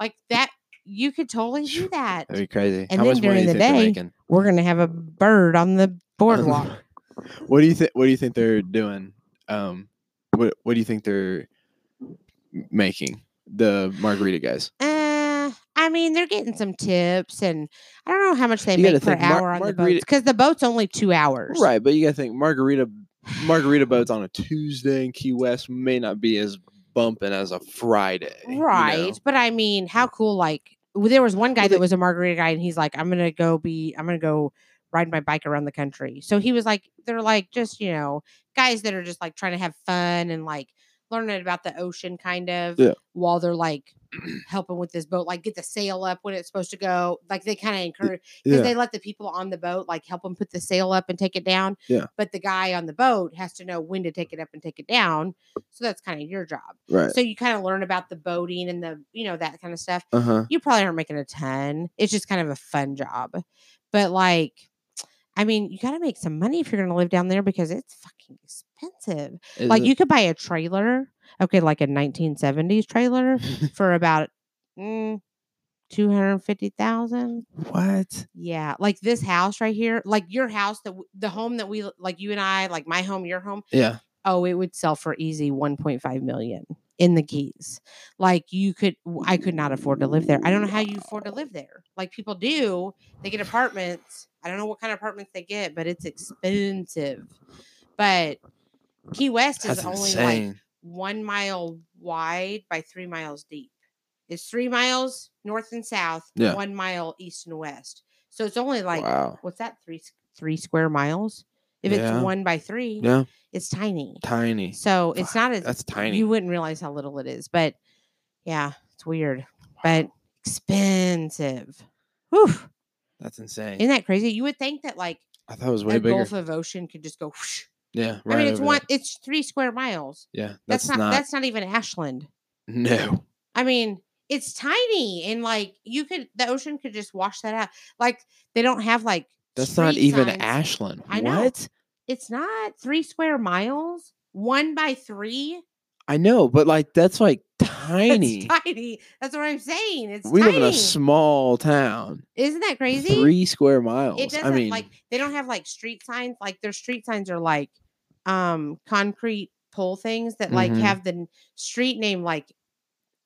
Speaker 2: Like that, you could totally do that.
Speaker 1: That'd be crazy.
Speaker 2: and
Speaker 1: How much
Speaker 2: then
Speaker 1: money
Speaker 2: during
Speaker 1: do you
Speaker 2: the
Speaker 1: think
Speaker 2: day,
Speaker 1: they're making?
Speaker 2: We're going to have a bird on the boardwalk.
Speaker 1: [LAUGHS] what do you think? What do you think they're doing? Um, what What do you think they're making? The margarita guys.
Speaker 2: Uh, I mean, they're getting some tips, and I don't know how much they
Speaker 1: You gotta
Speaker 2: make per
Speaker 1: think, Mar-
Speaker 2: hour on the
Speaker 1: Margarita-
Speaker 2: boats because the boat's only two hours.
Speaker 1: Right, but you gotta think margarita margarita boats on a Tuesday in Key West may not be as bumping as a Friday. you know?
Speaker 2: Right. But I mean, how cool, like, w- there was one guy
Speaker 1: Well,
Speaker 2: that
Speaker 1: they-
Speaker 2: was a margarita guy, and he's like, I'm going to go be, I'm going to go ride my bike around the country. So he was like, they're like, just, you know, guys that are just like trying to have fun and like learning about the ocean kind of
Speaker 1: Yeah.
Speaker 2: while they're like [CLEARS THROAT] helping with this boat, like get the sail up when it's supposed to go. Like, they kind of encourage. because
Speaker 1: Yeah.
Speaker 2: they let the people on the boat like help them put the sail up and take it down.
Speaker 1: Yeah.
Speaker 2: But the guy on the boat has to know when to take it up and take it down. So that's kind of your job.
Speaker 1: right.
Speaker 2: So you kind of learn about the boating and the you know that kind of stuff.
Speaker 1: Uh huh.
Speaker 2: You probably aren't making a ton. It's just kind of a fun job. But like, I mean, you got to make some money if you're going to live down there because it's fucking expensive. like you could buy a trailer, okay, like a 1970s trailer for about. Mm, 250,000
Speaker 1: what?
Speaker 2: yeah, like this house right here, like your house that w- the home that we l- like you and I, like my home, your home,
Speaker 1: Yeah.
Speaker 2: oh, it would sell for easy 1.5 million in the Keys. Like you could, w- I could not afford to live there. I don't know how you afford to live there. Like people do, they get apartments. I don't know what kind of apartments they get, but it's expensive. But Key West is
Speaker 1: That's
Speaker 2: only like
Speaker 1: insane.
Speaker 2: one mile wide by three miles deep. It's three miles north and south,
Speaker 1: Yeah.
Speaker 2: one mile east and west. So it's only like
Speaker 1: wow.
Speaker 2: what's that three s- three square miles? If
Speaker 1: Yeah.
Speaker 2: it's one by three,
Speaker 1: Yeah.
Speaker 2: it's tiny.
Speaker 1: Tiny.
Speaker 2: So it's
Speaker 1: Fuck,
Speaker 2: not as
Speaker 1: That's tiny.
Speaker 2: you wouldn't realize how little it is, but yeah, it's weird, but expensive. Whew.
Speaker 1: That's insane.
Speaker 2: Isn't that crazy? You would think that like
Speaker 1: I thought it was
Speaker 2: the
Speaker 1: way bigger.
Speaker 2: Gulf of Ocean could just go. whoosh.
Speaker 1: yeah.
Speaker 2: I
Speaker 1: Right
Speaker 2: mean, it's
Speaker 1: over
Speaker 2: one.
Speaker 1: there.
Speaker 2: It's three square miles.
Speaker 1: Yeah.
Speaker 2: That's,
Speaker 1: That's,
Speaker 2: not, That's not even Ashland.
Speaker 1: [LAUGHS] no.
Speaker 2: I mean, it's tiny and like you could the ocean could just wash that out. Like they don't have like
Speaker 1: That's not
Speaker 2: street
Speaker 1: even
Speaker 2: signs.
Speaker 1: Ashland.
Speaker 2: I know.
Speaker 1: what?
Speaker 2: It's not three square miles, one by three. [LAUGHS]
Speaker 1: I know, but like that's like tiny.
Speaker 2: It's tiny. That's what I'm saying. It's
Speaker 1: we
Speaker 2: tiny.
Speaker 1: live in a small town.
Speaker 2: Isn't that crazy?
Speaker 1: Three square miles.
Speaker 2: it doesn't
Speaker 1: I mean,
Speaker 2: like they don't have like street signs. Like their street signs are like um concrete pole things that like
Speaker 1: Mhm.
Speaker 2: have the n- street name like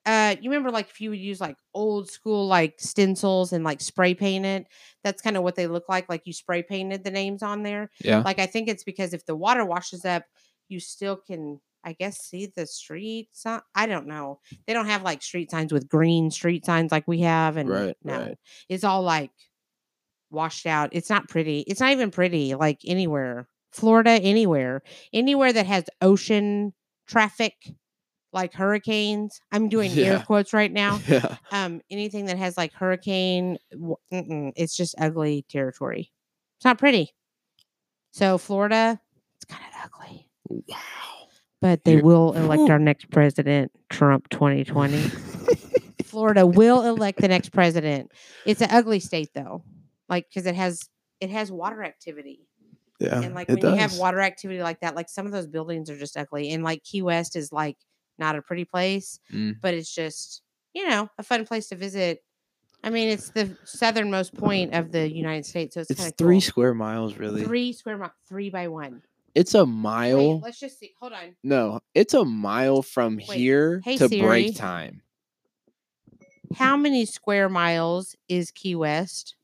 Speaker 2: uh you remember like if you would use like old school like stencils and like spray paint it that's kind of what they look like like you spray painted the names on there
Speaker 1: Yeah.
Speaker 2: like i think it's because if the water washes up you still can i guess see the street sign i don't know they don't have like street signs with green street signs like we have and
Speaker 1: Right,
Speaker 2: no
Speaker 1: right.
Speaker 2: it's all like washed out it's not pretty it's not even pretty like anywhere florida anywhere anywhere that has ocean traffic like hurricanes i'm doing air
Speaker 1: Yeah.
Speaker 2: quotes right now
Speaker 1: [LAUGHS] yeah.
Speaker 2: um anything that has like hurricane w- mm-mm, it's just ugly territory it's not pretty so florida it's kind of ugly
Speaker 1: Wow.
Speaker 2: but they
Speaker 1: You-
Speaker 2: will elect our next president trump 2020 florida will elect the next president it's an ugly state though like because it has it has water activity
Speaker 1: [LAUGHS] yeah.
Speaker 2: and like
Speaker 1: it
Speaker 2: when you have
Speaker 1: does.
Speaker 2: water activity like that like some of those buildings are just ugly and like key west is like not a pretty place
Speaker 1: Mm.
Speaker 2: but it's just you know a fun place to visit i mean it's the southernmost point of the united states so it's,
Speaker 1: It's
Speaker 2: kind of
Speaker 1: three square miles, really.
Speaker 2: three square miles three by one
Speaker 1: It's a
Speaker 2: Wait,
Speaker 1: mile.
Speaker 2: let's just see hold on
Speaker 1: no, it's a mile from
Speaker 2: Wait.
Speaker 1: here
Speaker 2: Hey,
Speaker 1: to
Speaker 2: Siri.
Speaker 1: break time.
Speaker 2: how many square miles is key west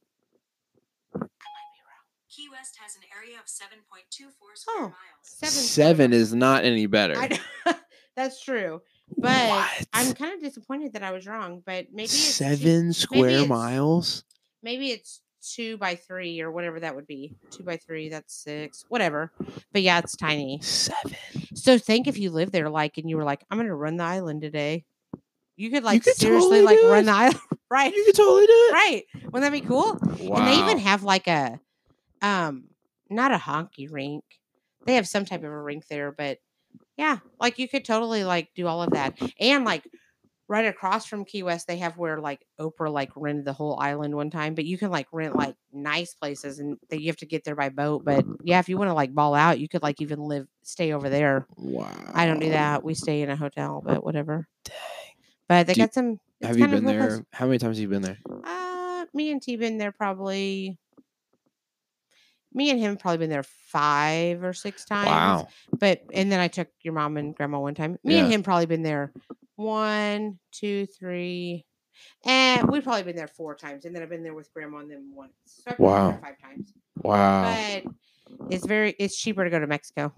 Speaker 4: Key West has an area of 7.24
Speaker 2: Oh.
Speaker 4: square miles.
Speaker 2: Seven square
Speaker 1: Seven
Speaker 2: miles.
Speaker 1: is not any better. [LAUGHS]
Speaker 2: I know. [LAUGHS] that's true but
Speaker 1: what?
Speaker 2: i'm kind of disappointed that i was wrong but maybe it's two-
Speaker 1: seven square
Speaker 2: it's-
Speaker 1: miles.
Speaker 2: maybe it's two by three or whatever that would be. Two by three, that's six, whatever. But yeah, it's tiny.
Speaker 1: Seven.
Speaker 2: So think if you live there, like, and you were like, I'm gonna run the island today. You could like
Speaker 1: could
Speaker 2: seriously
Speaker 1: totally
Speaker 2: like
Speaker 1: do
Speaker 2: run
Speaker 1: it.
Speaker 2: the island, [LAUGHS] right?
Speaker 1: You could totally do it.
Speaker 2: Right? Wouldn't that be cool?
Speaker 1: Wow.
Speaker 2: And they even have like a, um, not a honky rink. They have some type of a rink there, but yeah, like you could totally like do all of that. And like right across from Key West, they have where like Oprah like rented the whole island one time, but you can like rent like nice places and that you have to get there by boat. But yeah, if you want to like ball out, you could like even live, stay over there.
Speaker 1: wow.
Speaker 2: I don't do that. We stay in a hotel, but whatever. But they
Speaker 1: Do you-
Speaker 2: got some. it's
Speaker 1: Have you
Speaker 2: kind of
Speaker 1: been
Speaker 2: a cool place.
Speaker 1: there? How many times have you been there?
Speaker 2: Uh, me and T been there probably. Me and him probably been there five or six times.
Speaker 1: Wow.
Speaker 2: But and then I took your mom and grandma one time. Me and
Speaker 1: Yeah.
Speaker 2: him probably been there one, two, three, and we've probably been there four times. And then I've been there with grandma and them once. So I've probably been
Speaker 1: Wow.
Speaker 2: there Five times.
Speaker 1: Wow.
Speaker 2: But it's very it's cheaper to go to Mexico.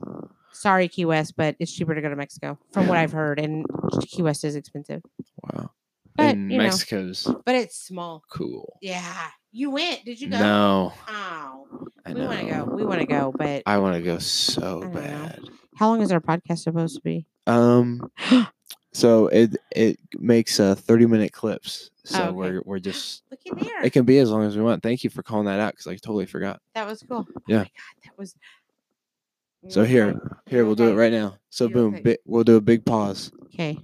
Speaker 2: Sorry, Key West, but it's cheaper to go to Mexico from what
Speaker 1: Yeah.
Speaker 2: I've heard. And Key West is expensive,
Speaker 1: Wow.
Speaker 2: but
Speaker 1: and
Speaker 2: you know,
Speaker 1: Mexico's
Speaker 2: but it's small.
Speaker 1: cool.
Speaker 2: Yeah, you went. Did you go?
Speaker 1: No,
Speaker 2: Oh,
Speaker 1: I
Speaker 2: we
Speaker 1: know.
Speaker 2: want to go. We want to go. But
Speaker 1: I want to go
Speaker 2: I
Speaker 1: so
Speaker 2: don't know.
Speaker 1: bad.
Speaker 2: how long is our podcast supposed to be?
Speaker 1: Um,
Speaker 2: [GASPS]
Speaker 1: so it it makes uh thirty minute clips. So
Speaker 2: Oh, okay.
Speaker 1: we're we're just
Speaker 2: Look at there.
Speaker 1: it can be as long as we want. Thank you for calling that out because I totally forgot.
Speaker 2: that was cool. Oh
Speaker 1: Yeah.
Speaker 2: my God, that was.
Speaker 1: So here, here we'll do it right now. So
Speaker 2: You
Speaker 1: boom,
Speaker 2: okay?
Speaker 1: bi- we'll do a big pause.
Speaker 2: Okay.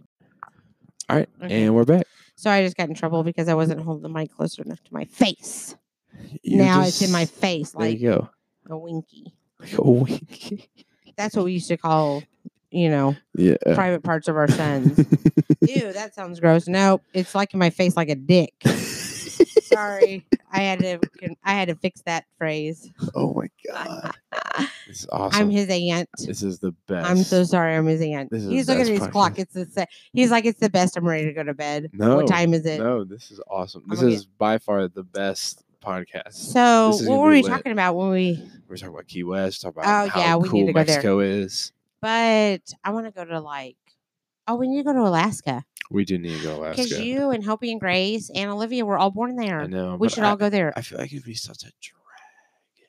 Speaker 1: All right,
Speaker 2: Okay.
Speaker 1: and we're back.
Speaker 2: So I just got in trouble because I wasn't holding the mic close enough to my face.
Speaker 1: You
Speaker 2: now it's in my
Speaker 1: just-
Speaker 2: face
Speaker 1: There
Speaker 2: like
Speaker 1: you go. [LAUGHS]
Speaker 2: a winky.
Speaker 1: Like a wink.
Speaker 2: That's what we used to call, you know,
Speaker 1: [LAUGHS] Yeah.
Speaker 2: private parts of our
Speaker 1: [LAUGHS]
Speaker 2: sons. Ew, that sounds gross. Nope. It's like in my face like a dick.
Speaker 1: [LAUGHS]
Speaker 2: Sorry, I had to con- I had to fix that phrase.
Speaker 1: Oh my god, this is awesome.
Speaker 2: I'm his aunt.
Speaker 1: this is the best.
Speaker 2: I'm so sorry, I'm his aunt.
Speaker 1: This is
Speaker 2: He's
Speaker 1: the
Speaker 2: looking
Speaker 1: best
Speaker 2: at his
Speaker 1: part.
Speaker 2: clock. It's the se- he's like, it's the best. I'm ready to go to bed.
Speaker 1: No,
Speaker 2: what time is it?
Speaker 1: no, this is awesome. This
Speaker 2: gonna
Speaker 1: is
Speaker 2: get-
Speaker 1: by far the best podcast.
Speaker 2: So
Speaker 1: This is
Speaker 2: what
Speaker 1: gonna
Speaker 2: were
Speaker 1: be
Speaker 2: we
Speaker 1: lit.
Speaker 2: talking about when we?
Speaker 1: We're talking about Key West. Talk about
Speaker 2: Oh,
Speaker 1: how
Speaker 2: yeah, we need
Speaker 1: cool
Speaker 2: to go there.
Speaker 1: Mexico is.
Speaker 2: But I want to go to like. Oh, we need to go to Alaska
Speaker 1: We do need to go to
Speaker 2: because
Speaker 1: Alaska.
Speaker 2: you and Hopi and Grace and Olivia were all born
Speaker 1: I
Speaker 2: there.
Speaker 1: know.
Speaker 2: We
Speaker 1: but
Speaker 2: should
Speaker 1: I,
Speaker 2: all go there.
Speaker 1: I feel like it'd be such a drag,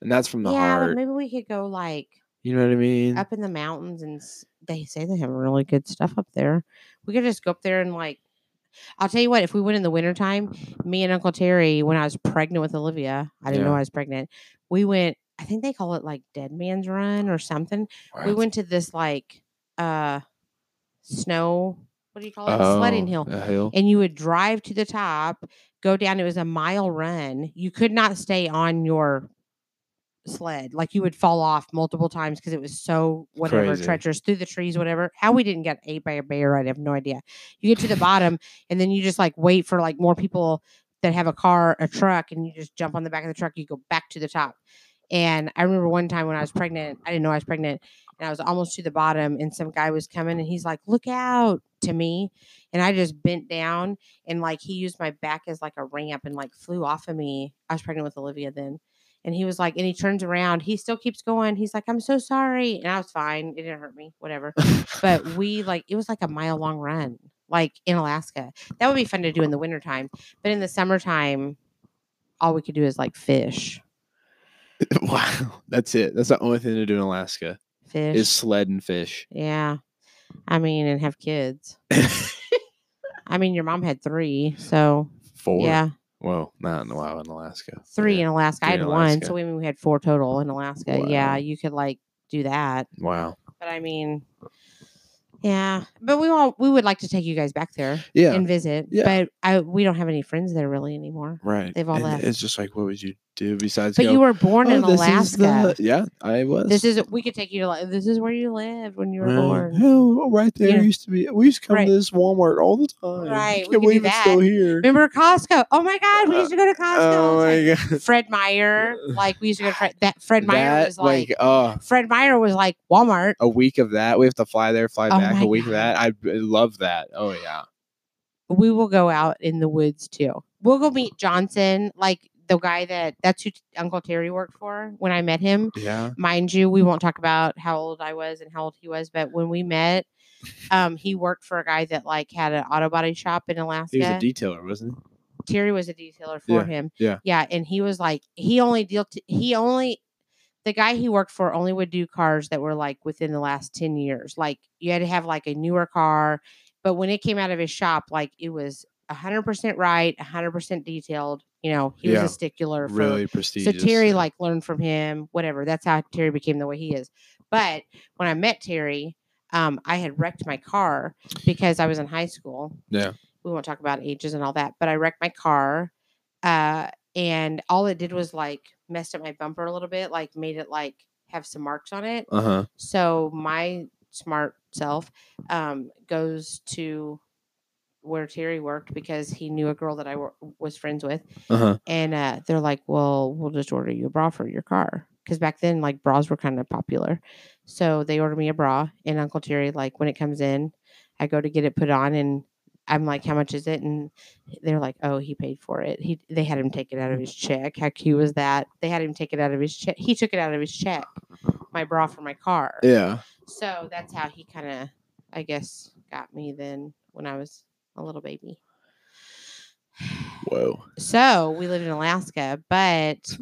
Speaker 1: and that's from the
Speaker 2: yeah,
Speaker 1: heart.
Speaker 2: but maybe we could go like
Speaker 1: You know what I mean?
Speaker 2: up in the mountains, and s- they say they have really good stuff up there. We could just go up there and like. I'll tell you what, if we went in the wintertime, me and Uncle Terry, when I was pregnant with Olivia, I didn't know
Speaker 1: Yeah.
Speaker 2: I was pregnant. We went, I think they call it like Dead Man's Run or something. We
Speaker 1: Wow.
Speaker 2: went to this like uh snow, what do you call it? Sledding
Speaker 1: Oh,
Speaker 2: hill.
Speaker 1: a hill.
Speaker 2: and you would drive to the top, go down. It was a mile run. You could not stay on your sled. Like you would fall off multiple times because it was so whatever
Speaker 1: Crazy.
Speaker 2: treacherous through the trees, whatever. How we didn't get ate by a bear, I have no idea. You get to the bottom and then you just like wait for like more people that have a car, a truck, and you just jump on the back of the truck. You go back to the top. And I remember one time when I was pregnant, I didn't know I was pregnant, and I was almost to the bottom, and some guy was coming, and he's like, "Look out!" to me, and I just bent down, and like he used my back as like a ramp, and like flew off of me. I was pregnant with Olivia then, and he was like, and he turns around, he still keeps going. He's like, "I'm so sorry," and I was fine. It didn't hurt me, whatever. but we like it was like a mile long run, like in Alaska. That would be fun to do in the wintertime, but in the summertime, all we could do is like fish,
Speaker 1: [LAUGHS] wow, that's it. That's the only thing to do in Alaska
Speaker 2: fish.
Speaker 1: is sled and fish.
Speaker 2: Yeah. I mean, and
Speaker 1: [LAUGHS]
Speaker 2: have kids. I mean, your mom had three. So,
Speaker 1: Four.
Speaker 2: yeah,
Speaker 1: Whoa, not in wow in Alaska.
Speaker 2: three
Speaker 1: Yeah.
Speaker 2: in Alaska. I
Speaker 1: three
Speaker 2: had
Speaker 1: in
Speaker 2: one.
Speaker 1: Alaska.
Speaker 2: So, we mean, we had four total in Alaska. Yeah,
Speaker 1: Wow.
Speaker 2: you could like do that.
Speaker 1: Wow.
Speaker 2: But I mean, yeah. But we all, we would like to take you guys back there
Speaker 1: Yeah.
Speaker 2: and visit.
Speaker 1: Yeah.
Speaker 2: But I, we don't have any friends there really anymore.
Speaker 1: right.
Speaker 2: they've all
Speaker 1: And
Speaker 2: left.
Speaker 1: It's just like, what would you do besides?
Speaker 2: But
Speaker 1: go,
Speaker 2: you were born
Speaker 1: "Oh,
Speaker 2: in
Speaker 1: this is the-
Speaker 2: Alaska.
Speaker 1: yeah, I was.
Speaker 2: This is, we could take you to, like, this is where you lived when you were
Speaker 1: Right.
Speaker 2: born.
Speaker 1: Oh, right there
Speaker 2: Yeah.
Speaker 1: used to be. We used to come
Speaker 2: Right.
Speaker 1: to this Walmart all the time.
Speaker 2: Right, we
Speaker 1: Can't
Speaker 2: could do
Speaker 1: believe it's still
Speaker 2: that.
Speaker 1: here.
Speaker 2: Remember Costco? Oh my God, we
Speaker 1: Uh,
Speaker 2: used to go to Costco.
Speaker 1: oh
Speaker 2: all the time.
Speaker 1: my
Speaker 2: [LAUGHS]
Speaker 1: god.
Speaker 2: Fred Meyer, like we used to go to Fred, that Fred Meyer
Speaker 1: that
Speaker 2: was like,
Speaker 1: uh,
Speaker 2: Fred Meyer was like Walmart.
Speaker 1: a week of that. We have to fly there, fly
Speaker 2: Oh
Speaker 1: back.
Speaker 2: my
Speaker 1: A week of
Speaker 2: God.
Speaker 1: that. I b- love that. Oh yeah.
Speaker 2: We will go out in the woods too. We'll go meet Johnson, like the guy that that's who Uncle Terry worked for when I met him.
Speaker 1: Yeah.
Speaker 2: Mind you, we won't talk about how old I was and how old he was, but when we met, um, he worked for a guy that like had an auto body shop in Alaska.
Speaker 1: He was a detailer, wasn't he?
Speaker 2: Terry was a detailer for
Speaker 1: Yeah,
Speaker 2: him.
Speaker 1: yeah.
Speaker 2: Yeah. And he was like, he only dealt, he only, the guy he worked for only would do cars that were like within the last 10 years. Like you had to have like a newer car. But when it came out of his shop, like it was 100% right, 100% detailed. You know, he
Speaker 1: Yeah,
Speaker 2: was a stickler for
Speaker 1: Really
Speaker 2: so
Speaker 1: prestigious.
Speaker 2: Terry like learned from him, whatever. That's how Terry became the way he is. But when I met Terry, um, I had wrecked my car because I was in high school.
Speaker 1: Yeah.
Speaker 2: We won't talk about ages and all that, but I wrecked my car. Uh, and all it did was like messed up my bumper a little bit, like made it like have some marks on it.
Speaker 1: Uh huh.
Speaker 2: So my smart self um, goes to where Terry worked because he knew a girl that I wor- was friends with
Speaker 1: Uh huh.
Speaker 2: and uh, they're like, "Well, we'll just order you a bra for your car." Because back then, like bras were kind of popular, so they ordered me a bra. And Uncle Terry, like when it comes in, I go to get it put on, and I'm like, "How much is it?" And they're like, "Oh, he paid for it. He they had him take it out of his check. How cute was that? They had him take it out of his check. He took it out of his check. My bra for my car.
Speaker 1: Yeah.
Speaker 2: So that's how he kind of, I guess, got me then when I was a little baby.
Speaker 1: Whoa.
Speaker 2: So we lived in Alaska, but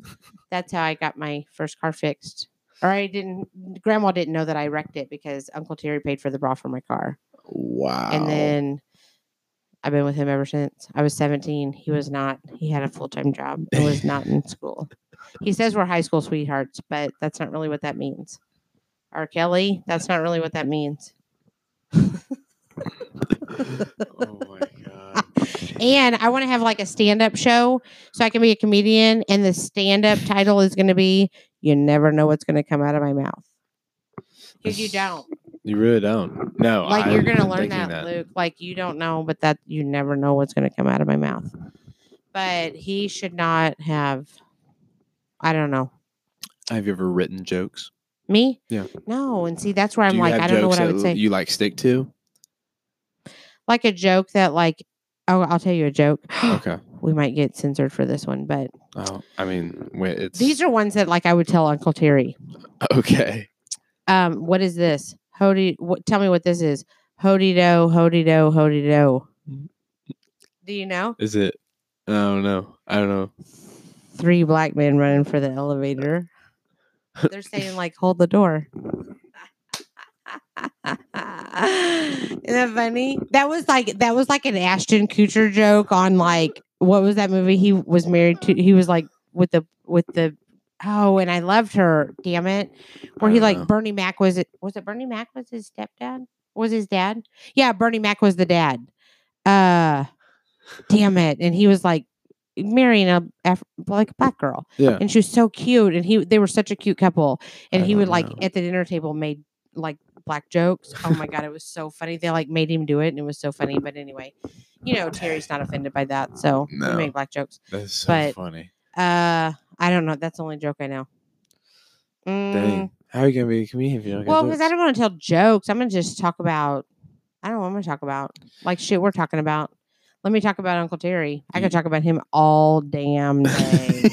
Speaker 2: that's how I got my first car fixed. Or I didn't, grandma didn't know that I wrecked it because Uncle Terry paid for the bra for my car.
Speaker 1: Wow.
Speaker 2: And then I've been with him ever since. I was 17. He was not, he had a full time job and was not in school. He says we're high school sweethearts, but that's not really what that means. R. Kelly, that's not really what that means.
Speaker 1: [LAUGHS] oh my god.
Speaker 2: And I want to have like a stand up show so I can be a comedian. And the stand up title is going to be You Never Know What's Going to Come Out of My Mouth. Because you don't.
Speaker 1: You really don't. No.
Speaker 2: Like,
Speaker 1: I've
Speaker 2: you're going to
Speaker 1: Oh, been
Speaker 2: learn
Speaker 1: thinking
Speaker 2: that, Luke. Like, you don't know, but that you never know what's going to come out of my mouth. but he should not have. I don't know.
Speaker 1: Have you ever written jokes?
Speaker 2: Me?
Speaker 1: Yeah.
Speaker 2: No. And see, that's where I'm
Speaker 1: Do you
Speaker 2: like,
Speaker 1: have
Speaker 2: I don't know
Speaker 1: jokes
Speaker 2: what I
Speaker 1: that
Speaker 2: would say.
Speaker 1: You like stick
Speaker 2: [GASPS]
Speaker 1: to?
Speaker 2: like a joke that, like, oh, I'll tell you a joke. [GASPS]
Speaker 1: Okay.
Speaker 2: we might get censored for this one, but
Speaker 1: Oh, I mean, wait, it's
Speaker 2: these are ones that, like, I would tell Uncle Terry.
Speaker 1: [LAUGHS] okay.
Speaker 2: Um, what is this? Hody, what, tell me what this is. Hody do, hody do, hody do. Do you know?
Speaker 1: Is it? I don't know. I don't know.
Speaker 2: Three black men running for the elevator. They're saying, like, hold the door. [LAUGHS] Isn't that funny? That was like that was like an Ashton Kutcher joke on like what was that movie he was married to? He was like with the with the oh, and I loved her. Damn it, where
Speaker 1: I
Speaker 2: he
Speaker 1: don't
Speaker 2: like
Speaker 1: know.
Speaker 2: Bernie Mac was it was it Bernie Mac was his stepdad was his dad? Yeah, Bernie Mac was the dad. Uh, damn it, and he was like marrying a Af- like a black girl,
Speaker 1: Yeah.
Speaker 2: and she was so cute, and he they were such a cute couple, and
Speaker 1: I
Speaker 2: he would
Speaker 1: don't
Speaker 2: like
Speaker 1: know.
Speaker 2: at the dinner table made like black jokes. Oh my god, it was so funny. They like made him do it, and it was so funny. But anyway, you know Terry's not offended by that, so we
Speaker 1: No.
Speaker 2: make black jokes.
Speaker 1: That's so
Speaker 2: But-
Speaker 1: funny.
Speaker 2: Uh, I don't know. That's the only joke I know. Mm,
Speaker 1: Dang. How are you gonna be a comedian if you don't
Speaker 2: well,
Speaker 1: got
Speaker 2: because I
Speaker 1: jokes?
Speaker 2: don't want to tell jokes. I'm gonna just talk about. I don't know. What I'm gonna talk about like shit we're talking about. Let me talk about Uncle Terry. I could
Speaker 1: Ye-
Speaker 2: talk about him
Speaker 1: [LAUGHS]
Speaker 2: all damn day.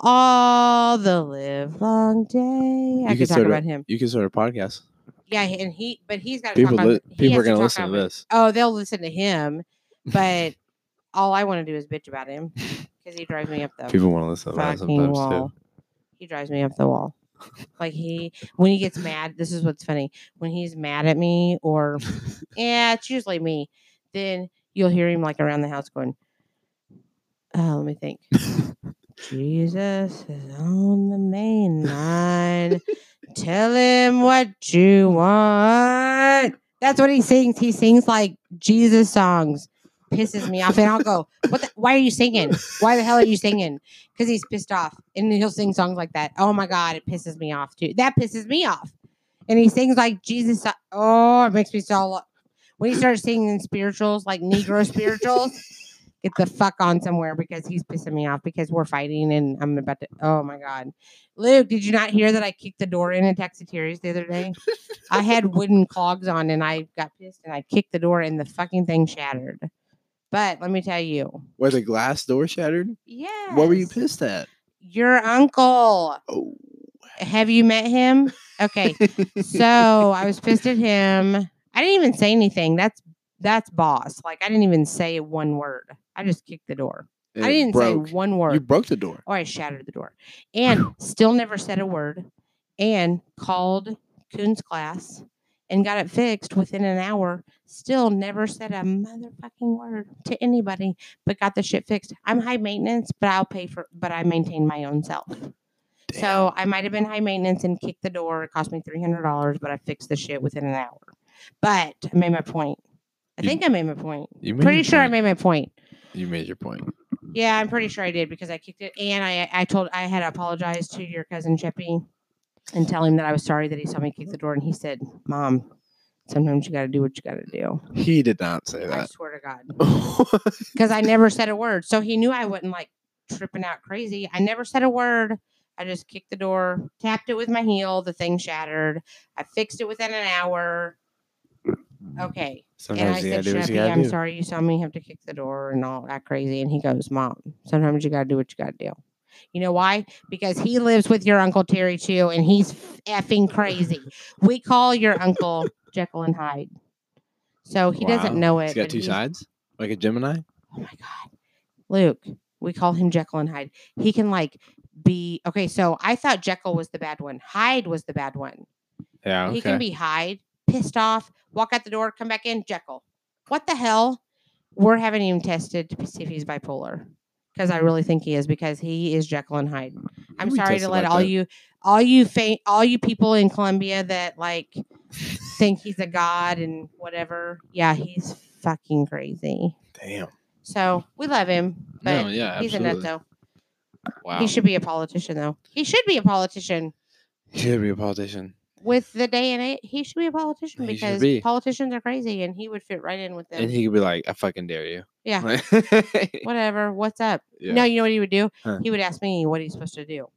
Speaker 2: all the live long day. I
Speaker 1: could
Speaker 2: could talk
Speaker 1: start a-
Speaker 2: about him.
Speaker 1: you can start a podcast.
Speaker 2: Yeah, and he, but he's got
Speaker 1: People,
Speaker 2: Talk on,
Speaker 1: li-
Speaker 2: he
Speaker 1: people
Speaker 2: has
Speaker 1: are gonna
Speaker 2: talk
Speaker 1: listen to
Speaker 2: on-
Speaker 1: this.
Speaker 2: Oh, they'll listen to
Speaker 1: [LAUGHS]
Speaker 2: him, but all I want to do is bitch about him because he drives me up the
Speaker 1: People want to listen to that
Speaker 2: fucking
Speaker 1: sometimes
Speaker 2: wall.
Speaker 1: too.
Speaker 2: He drives me up the wall. Like he, when he gets mad, this is what's funny. When he's mad at me,
Speaker 1: [LAUGHS]
Speaker 2: or yeah, it's usually me. Then you'll hear him like around the house going, uh, "Let me think." Jesus is on the main line. Tell him what you want. That's what he sings. He sings like Jesus songs. Pisses me off, and I'll go, "What? The, why are you singing? Why the hell are you singing?" because he's pissed off and he'll sing songs like that. Oh my God, it pisses me off too. That pisses me off. And he sings like Jesus. Oh, it makes me so. lo- When he starts singing spirituals, like Negro spirituals, get the fuck on somewhere because he's pissing me off because we're fighting and I'm about to. Oh my God. Luke, did you not hear that I kicked the door in at Taxiteries the other day? I had wooden clogs on and I got pissed and I kicked the door and the fucking thing shattered. But let me tell you.
Speaker 1: Where the glass door shattered?
Speaker 2: Yeah.
Speaker 1: What were you pissed at?
Speaker 2: Your uncle.
Speaker 1: Oh,
Speaker 2: Have you met him? Okay.
Speaker 1: [LAUGHS]
Speaker 2: so I was pissed at him. I didn't even say anything. That's that's boss. Like I didn't even say one word. I just kicked the door.
Speaker 1: and
Speaker 2: I
Speaker 1: it
Speaker 2: didn't
Speaker 1: broke.
Speaker 2: say one
Speaker 1: You
Speaker 2: word.
Speaker 1: broke the door.
Speaker 2: or I shattered the door.
Speaker 1: [SIGHS]
Speaker 2: And still never said a word. And called Coon's class and got it fixed within an hour. Still never said a motherfucking word to anybody, but got the shit fixed. I'm high maintenance, but I'll pay for but I maintain my own self. So I might have been high maintenance and kicked the door. It cost me three hundred dollars, but I fixed the shit within an hour. But I made my point. I
Speaker 1: You-
Speaker 2: think I made my point.
Speaker 1: You made
Speaker 2: Pretty
Speaker 1: your
Speaker 2: sure I
Speaker 1: point.
Speaker 2: made my point.
Speaker 1: You made your point.
Speaker 2: Yeah, I'm pretty sure I did because I kicked it, and I I told I had apologized to your cousin Chippy, and tell him that I was sorry that he saw me kick the door, and he said, "Mom, sometimes you got to do what you got to do."
Speaker 1: He did not say
Speaker 2: I
Speaker 1: [LAUGHS] that.
Speaker 2: swear to God, because I never said a word, so he knew I wasn't like tripping out crazy. I never said a word. I just kicked the door, tapped it with my heel. The thing shattered. I fixed it within an hour. Okay. And I
Speaker 1: Sometimes you gotta
Speaker 2: said,
Speaker 1: do what you
Speaker 2: Shrimpy,
Speaker 1: gotta
Speaker 2: I'm
Speaker 1: do.
Speaker 2: sorry you saw me have to kick the door and all that crazy. And he goes, Mom, sometimes you got to do what you got to do. You know why? Because he lives with your Uncle Terry too, and he's effing crazy. we call your Uncle Jekyll and Hyde. So he doesn't
Speaker 1: Oh, Wow.
Speaker 2: know it.
Speaker 1: He's got
Speaker 2: but
Speaker 1: two
Speaker 2: he's-
Speaker 1: sides, like a Gemini.
Speaker 2: Oh my God. Luke, we call him Jekyll and Hyde. He can like be okay. So I thought Jekyll was the bad one, Hyde was the bad one.
Speaker 1: Yeah.
Speaker 2: He can be Hyde, pissed off, walk out the door, come back in, Jekyll. What the hell? We're haven't even tested to see if he's bipolar because I really think he is because he is Jekyll and Hyde. I'm
Speaker 1: We
Speaker 2: sorry to
Speaker 1: tested
Speaker 2: let
Speaker 1: like
Speaker 2: all
Speaker 1: that.
Speaker 2: you, all you fa- all you people in Colombia that like think he's a god and whatever. Yeah, he's fucking crazy.
Speaker 1: Damn.
Speaker 2: So we love him, but
Speaker 1: no. Yeah.
Speaker 2: he's a
Speaker 1: absolutely.
Speaker 2: nutso.
Speaker 1: Wow.
Speaker 2: He should be a politician though. He should be a politician.
Speaker 1: He should be a politician.
Speaker 2: with the day and it, he should be a politician
Speaker 1: He should
Speaker 2: because
Speaker 1: be.
Speaker 2: politicians are crazy and he would fit right in with them.
Speaker 1: And he could be like, I fucking dare you.
Speaker 2: Yeah.
Speaker 1: Like-
Speaker 2: Whatever, what's up?
Speaker 1: [LAUGHS] yeah. [LAUGHS]
Speaker 2: No, you know what he would do?
Speaker 1: Huh.
Speaker 2: He would ask me what he's supposed to do,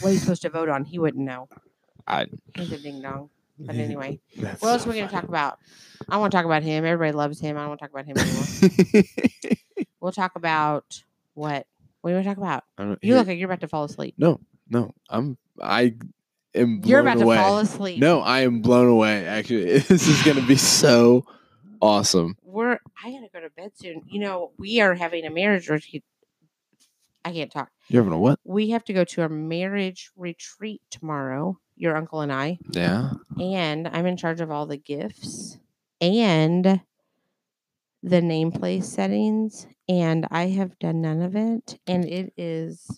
Speaker 2: what he's supposed to vote on. He wouldn't know.
Speaker 1: [LAUGHS] I-
Speaker 2: He's a
Speaker 1: [LAUGHS]
Speaker 2: ding dong. But anyway, what else are we going to talk about? I want to talk about him. Everybody loves him. I don't want to talk about him
Speaker 1: [LAUGHS]
Speaker 2: anymore. we'll talk about what? What do you want to talk about?
Speaker 1: I don't-
Speaker 2: You
Speaker 1: here-
Speaker 2: look like you're about to fall asleep.
Speaker 1: No, no, I'm I am.
Speaker 2: You're
Speaker 1: blown
Speaker 2: about
Speaker 1: away.
Speaker 2: to fall asleep.
Speaker 1: No, I am blown away. Actually, [LAUGHS] this is gonna be so awesome.
Speaker 2: we're I gotta go to bed soon. You know, we are having a marriage retreat. I can't talk.
Speaker 1: You're having a what?
Speaker 2: We have to go to a marriage retreat tomorrow, your uncle and I.
Speaker 1: Yeah.
Speaker 2: And I'm in charge of all the gifts and the nameplate settings. And I have done none of it. And it is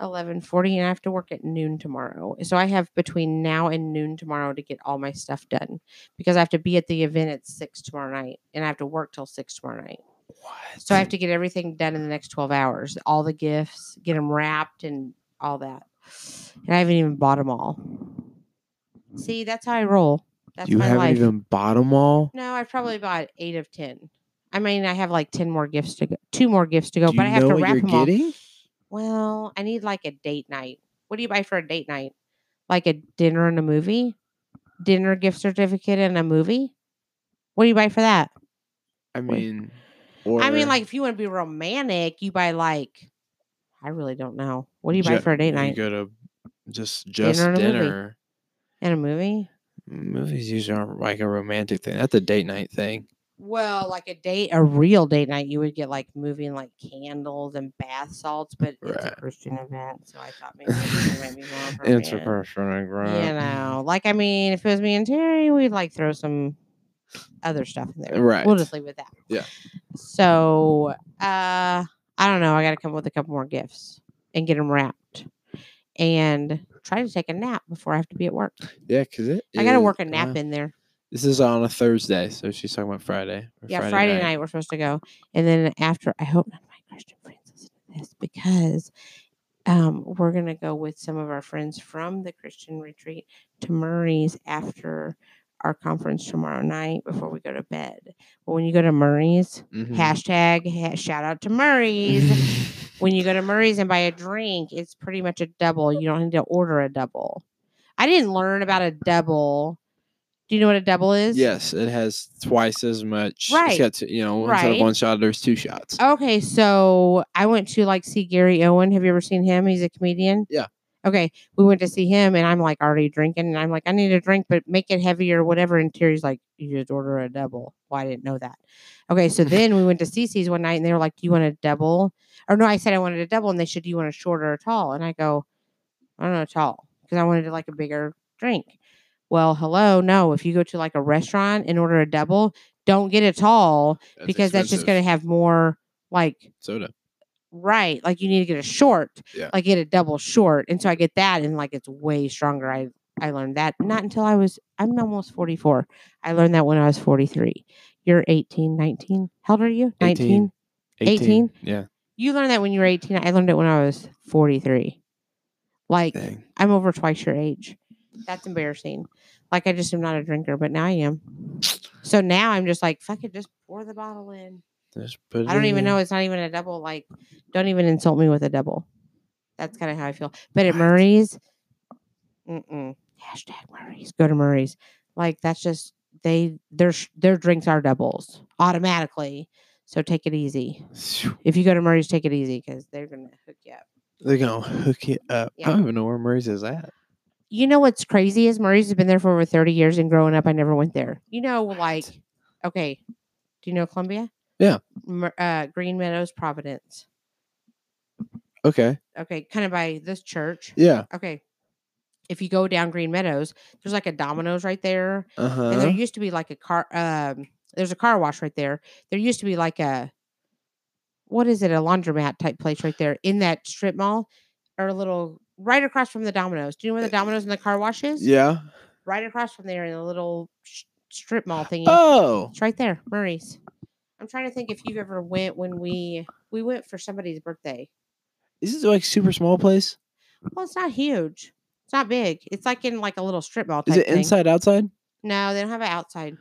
Speaker 2: eleven forty and I have to work at noon tomorrow. So I have between now and noon tomorrow to get all my stuff done. Because I have to be at the event at six tomorrow night and I have to work till six tomorrow night.
Speaker 1: What?
Speaker 2: So I have to get everything done in the next 12 hours. All the gifts, get them wrapped and all that. And I haven't even bought them all. See, that's how I roll. That's
Speaker 1: you
Speaker 2: my
Speaker 1: haven't
Speaker 2: life.
Speaker 1: even bought them all.
Speaker 2: No, I've probably bought eight of 10. I mean, I have like 10 more gifts to go, two more gifts to go,
Speaker 1: Do
Speaker 2: but
Speaker 1: you
Speaker 2: I have
Speaker 1: know
Speaker 2: to
Speaker 1: what
Speaker 2: wrap
Speaker 1: you're
Speaker 2: them
Speaker 1: getting?
Speaker 2: all. Well, I need like a date night. What do you buy for a date night? Like a dinner and a movie? Dinner gift certificate and a movie? What do you buy for that?
Speaker 1: I
Speaker 2: Wait.
Speaker 1: mean, or
Speaker 2: I mean, like if you want to be romantic, you buy like I really don't know. What do you buy
Speaker 1: Ju-
Speaker 2: for a date
Speaker 1: you
Speaker 2: night
Speaker 1: go to just just
Speaker 2: Dinner
Speaker 1: dinner.
Speaker 2: and a movie. and a movie?
Speaker 1: Movies usually aren't like a romantic thing. That's a date night thing.
Speaker 2: Well, like a date, a real date night, you would get like movie and like candles and bath salts, but it's a
Speaker 1: Right.
Speaker 2: Christian event, so I thought maybe it might be
Speaker 1: [LAUGHS]
Speaker 2: more
Speaker 1: It's a
Speaker 2: appropriate.
Speaker 1: person,
Speaker 2: Oh, You know, like I mean, if it was me and Terry, we'd like throw some other stuff in there.
Speaker 1: Right.
Speaker 2: We'll just leave with that.
Speaker 1: Yeah.
Speaker 2: So uh I don't know. I gotta come up with a couple more gifts and get them wrapped. And try to take a nap before I have to be at work.
Speaker 1: Yeah, because it. uh,
Speaker 2: I gotta
Speaker 1: is-
Speaker 2: work a nap
Speaker 1: wow.
Speaker 2: in there.
Speaker 1: This is on a Thursday, so she's talking about Friday. or
Speaker 2: Yeah, Friday, night. we're supposed to go. And then after I hope none of my Christian friends listen to this because um we're gonna go with some of our friends from the Christian retreat to Murray's after our conference tomorrow night before we go to bed. But when you go to Murray's,
Speaker 1: Mhm.
Speaker 2: hashtag ha- shout out to [LAUGHS] Murray's.
Speaker 1: [LAUGHS]
Speaker 2: when you go to Murray's and buy a drink, it's pretty much a double. You don't need to order a double. I didn't learn about a double. Do you know what a double is?
Speaker 1: Yes, it has twice as much.
Speaker 2: Right.
Speaker 1: It's got two, you know, instead
Speaker 2: Right. Oh,
Speaker 1: of one shot, there's two shots.
Speaker 2: Okay, so I went to like see Gary Owen. Have you ever seen him? He's a comedian.
Speaker 1: Yeah.
Speaker 2: Okay, we went to see him, and I'm like already drinking, and I'm like, I need a drink, but make it heavier, whatever. And Terry's like, you just order a double. Well, I didn't know that. Okay, so then we went to Cece's one night, and they were like, do you want a double? Or no, I said I wanted a double, and they said, do you want a short or a tall? And I go, I don't know, tall, because I wanted like a bigger drink. Well, hello, no. If you go to like a restaurant and order a double, don't get a tall because that's just going to have more like
Speaker 1: soda.
Speaker 2: right like you need to get a short
Speaker 1: Yeah.
Speaker 2: like get a double short and so i get that and like it's way stronger i i learned that not until i was i'm almost 44 i learned that when i was 43 you're 18 19 how old are you 19
Speaker 1: 18.
Speaker 2: 18?
Speaker 1: Yeah.
Speaker 2: you learned that when you were 18 i learned it when i was 43 like
Speaker 1: Dang.
Speaker 2: i'm over twice your age that's embarrassing like i just am not a drinker but now i am so now i'm just like fuck it just pour the bottle in
Speaker 1: Just put it
Speaker 2: I don't
Speaker 1: in
Speaker 2: even
Speaker 1: there. [LAUGHS]
Speaker 2: know. It's not even a double. Like, don't even insult me with a double. That's kind of how I feel. But at
Speaker 1: What?
Speaker 2: Murray's, mm-mm, hashtag Murray's. Go to Murray's. Like that's just they their sh- their drinks are doubles automatically. So take it easy.
Speaker 1: Phew.
Speaker 2: If you go to Murray's, take it easy because they're gonna hook you up.
Speaker 1: They're going to hook it up.
Speaker 2: Yeah.
Speaker 1: I don't even know where Murray's is at.
Speaker 2: You know what's crazy is Murray's has been there for over thirty years, and growing up, I never went there. You know, like, okay, do you know Columbia?
Speaker 1: Yeah.
Speaker 2: Mur- uh, Green Meadows, Providence.
Speaker 1: Okay.
Speaker 2: okay, kind of by this church.
Speaker 1: Yeah.
Speaker 2: Okay. If you go down Green Meadows, there's
Speaker 1: Mm.
Speaker 2: like a Domino's right there.
Speaker 1: Uh huh.
Speaker 2: And there used to be like a car um there's a car wash right there. There used to be like a what is it, a laundromat type place right there in that strip mall or a little right across from the Domino's. Do you know where the Domino's and the car wash is?
Speaker 1: Eh, Yeah.
Speaker 2: Right across from there in a little sh- strip mall thingy.
Speaker 1: Oh.
Speaker 2: It's right there, Murray's. I'm trying to think if you ever went when we we went for somebody's birthday.
Speaker 1: Is this like super small place?
Speaker 2: Well, it's not huge. It's not big. It's like in like a little strip mall. Type
Speaker 1: Is it
Speaker 2: thing.
Speaker 1: inside outside?
Speaker 2: No, they don't have it outside.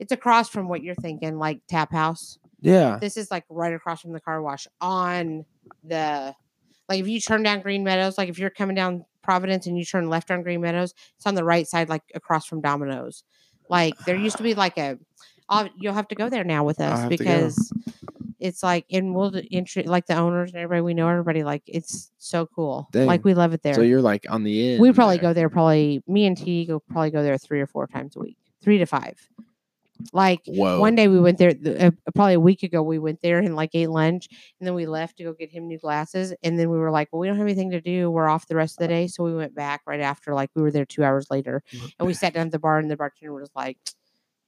Speaker 2: It's across from what you're thinking, like tap house.
Speaker 1: Yeah.
Speaker 2: This is like right across from the car wash on the like if you turn down Green Meadows, like if you're coming down Providence and you turn left on Green Meadows, it's on the right side, like across from Domino's. Like there used to be like a I'll, you'll have to go there now with us
Speaker 1: have to go.
Speaker 2: because it's like and we'll intro like the owners and everybody we know everybody like it's so cool
Speaker 1: Dang.
Speaker 2: like we love it there
Speaker 1: So you're like on the end.
Speaker 2: we probably go there probably me and T go probably go there three or four times a week, three to five. Like
Speaker 1: Whoa.
Speaker 2: one day we went there th- uh, probably a week ago. We went there and like ate lunch, and then we left to go get him new glasses. And then we were like, "Well, we don't have anything to do. We're off the rest of the day." So we went back right after. Like we were there two hours later, and we sat down at the bar, and the bartender was like,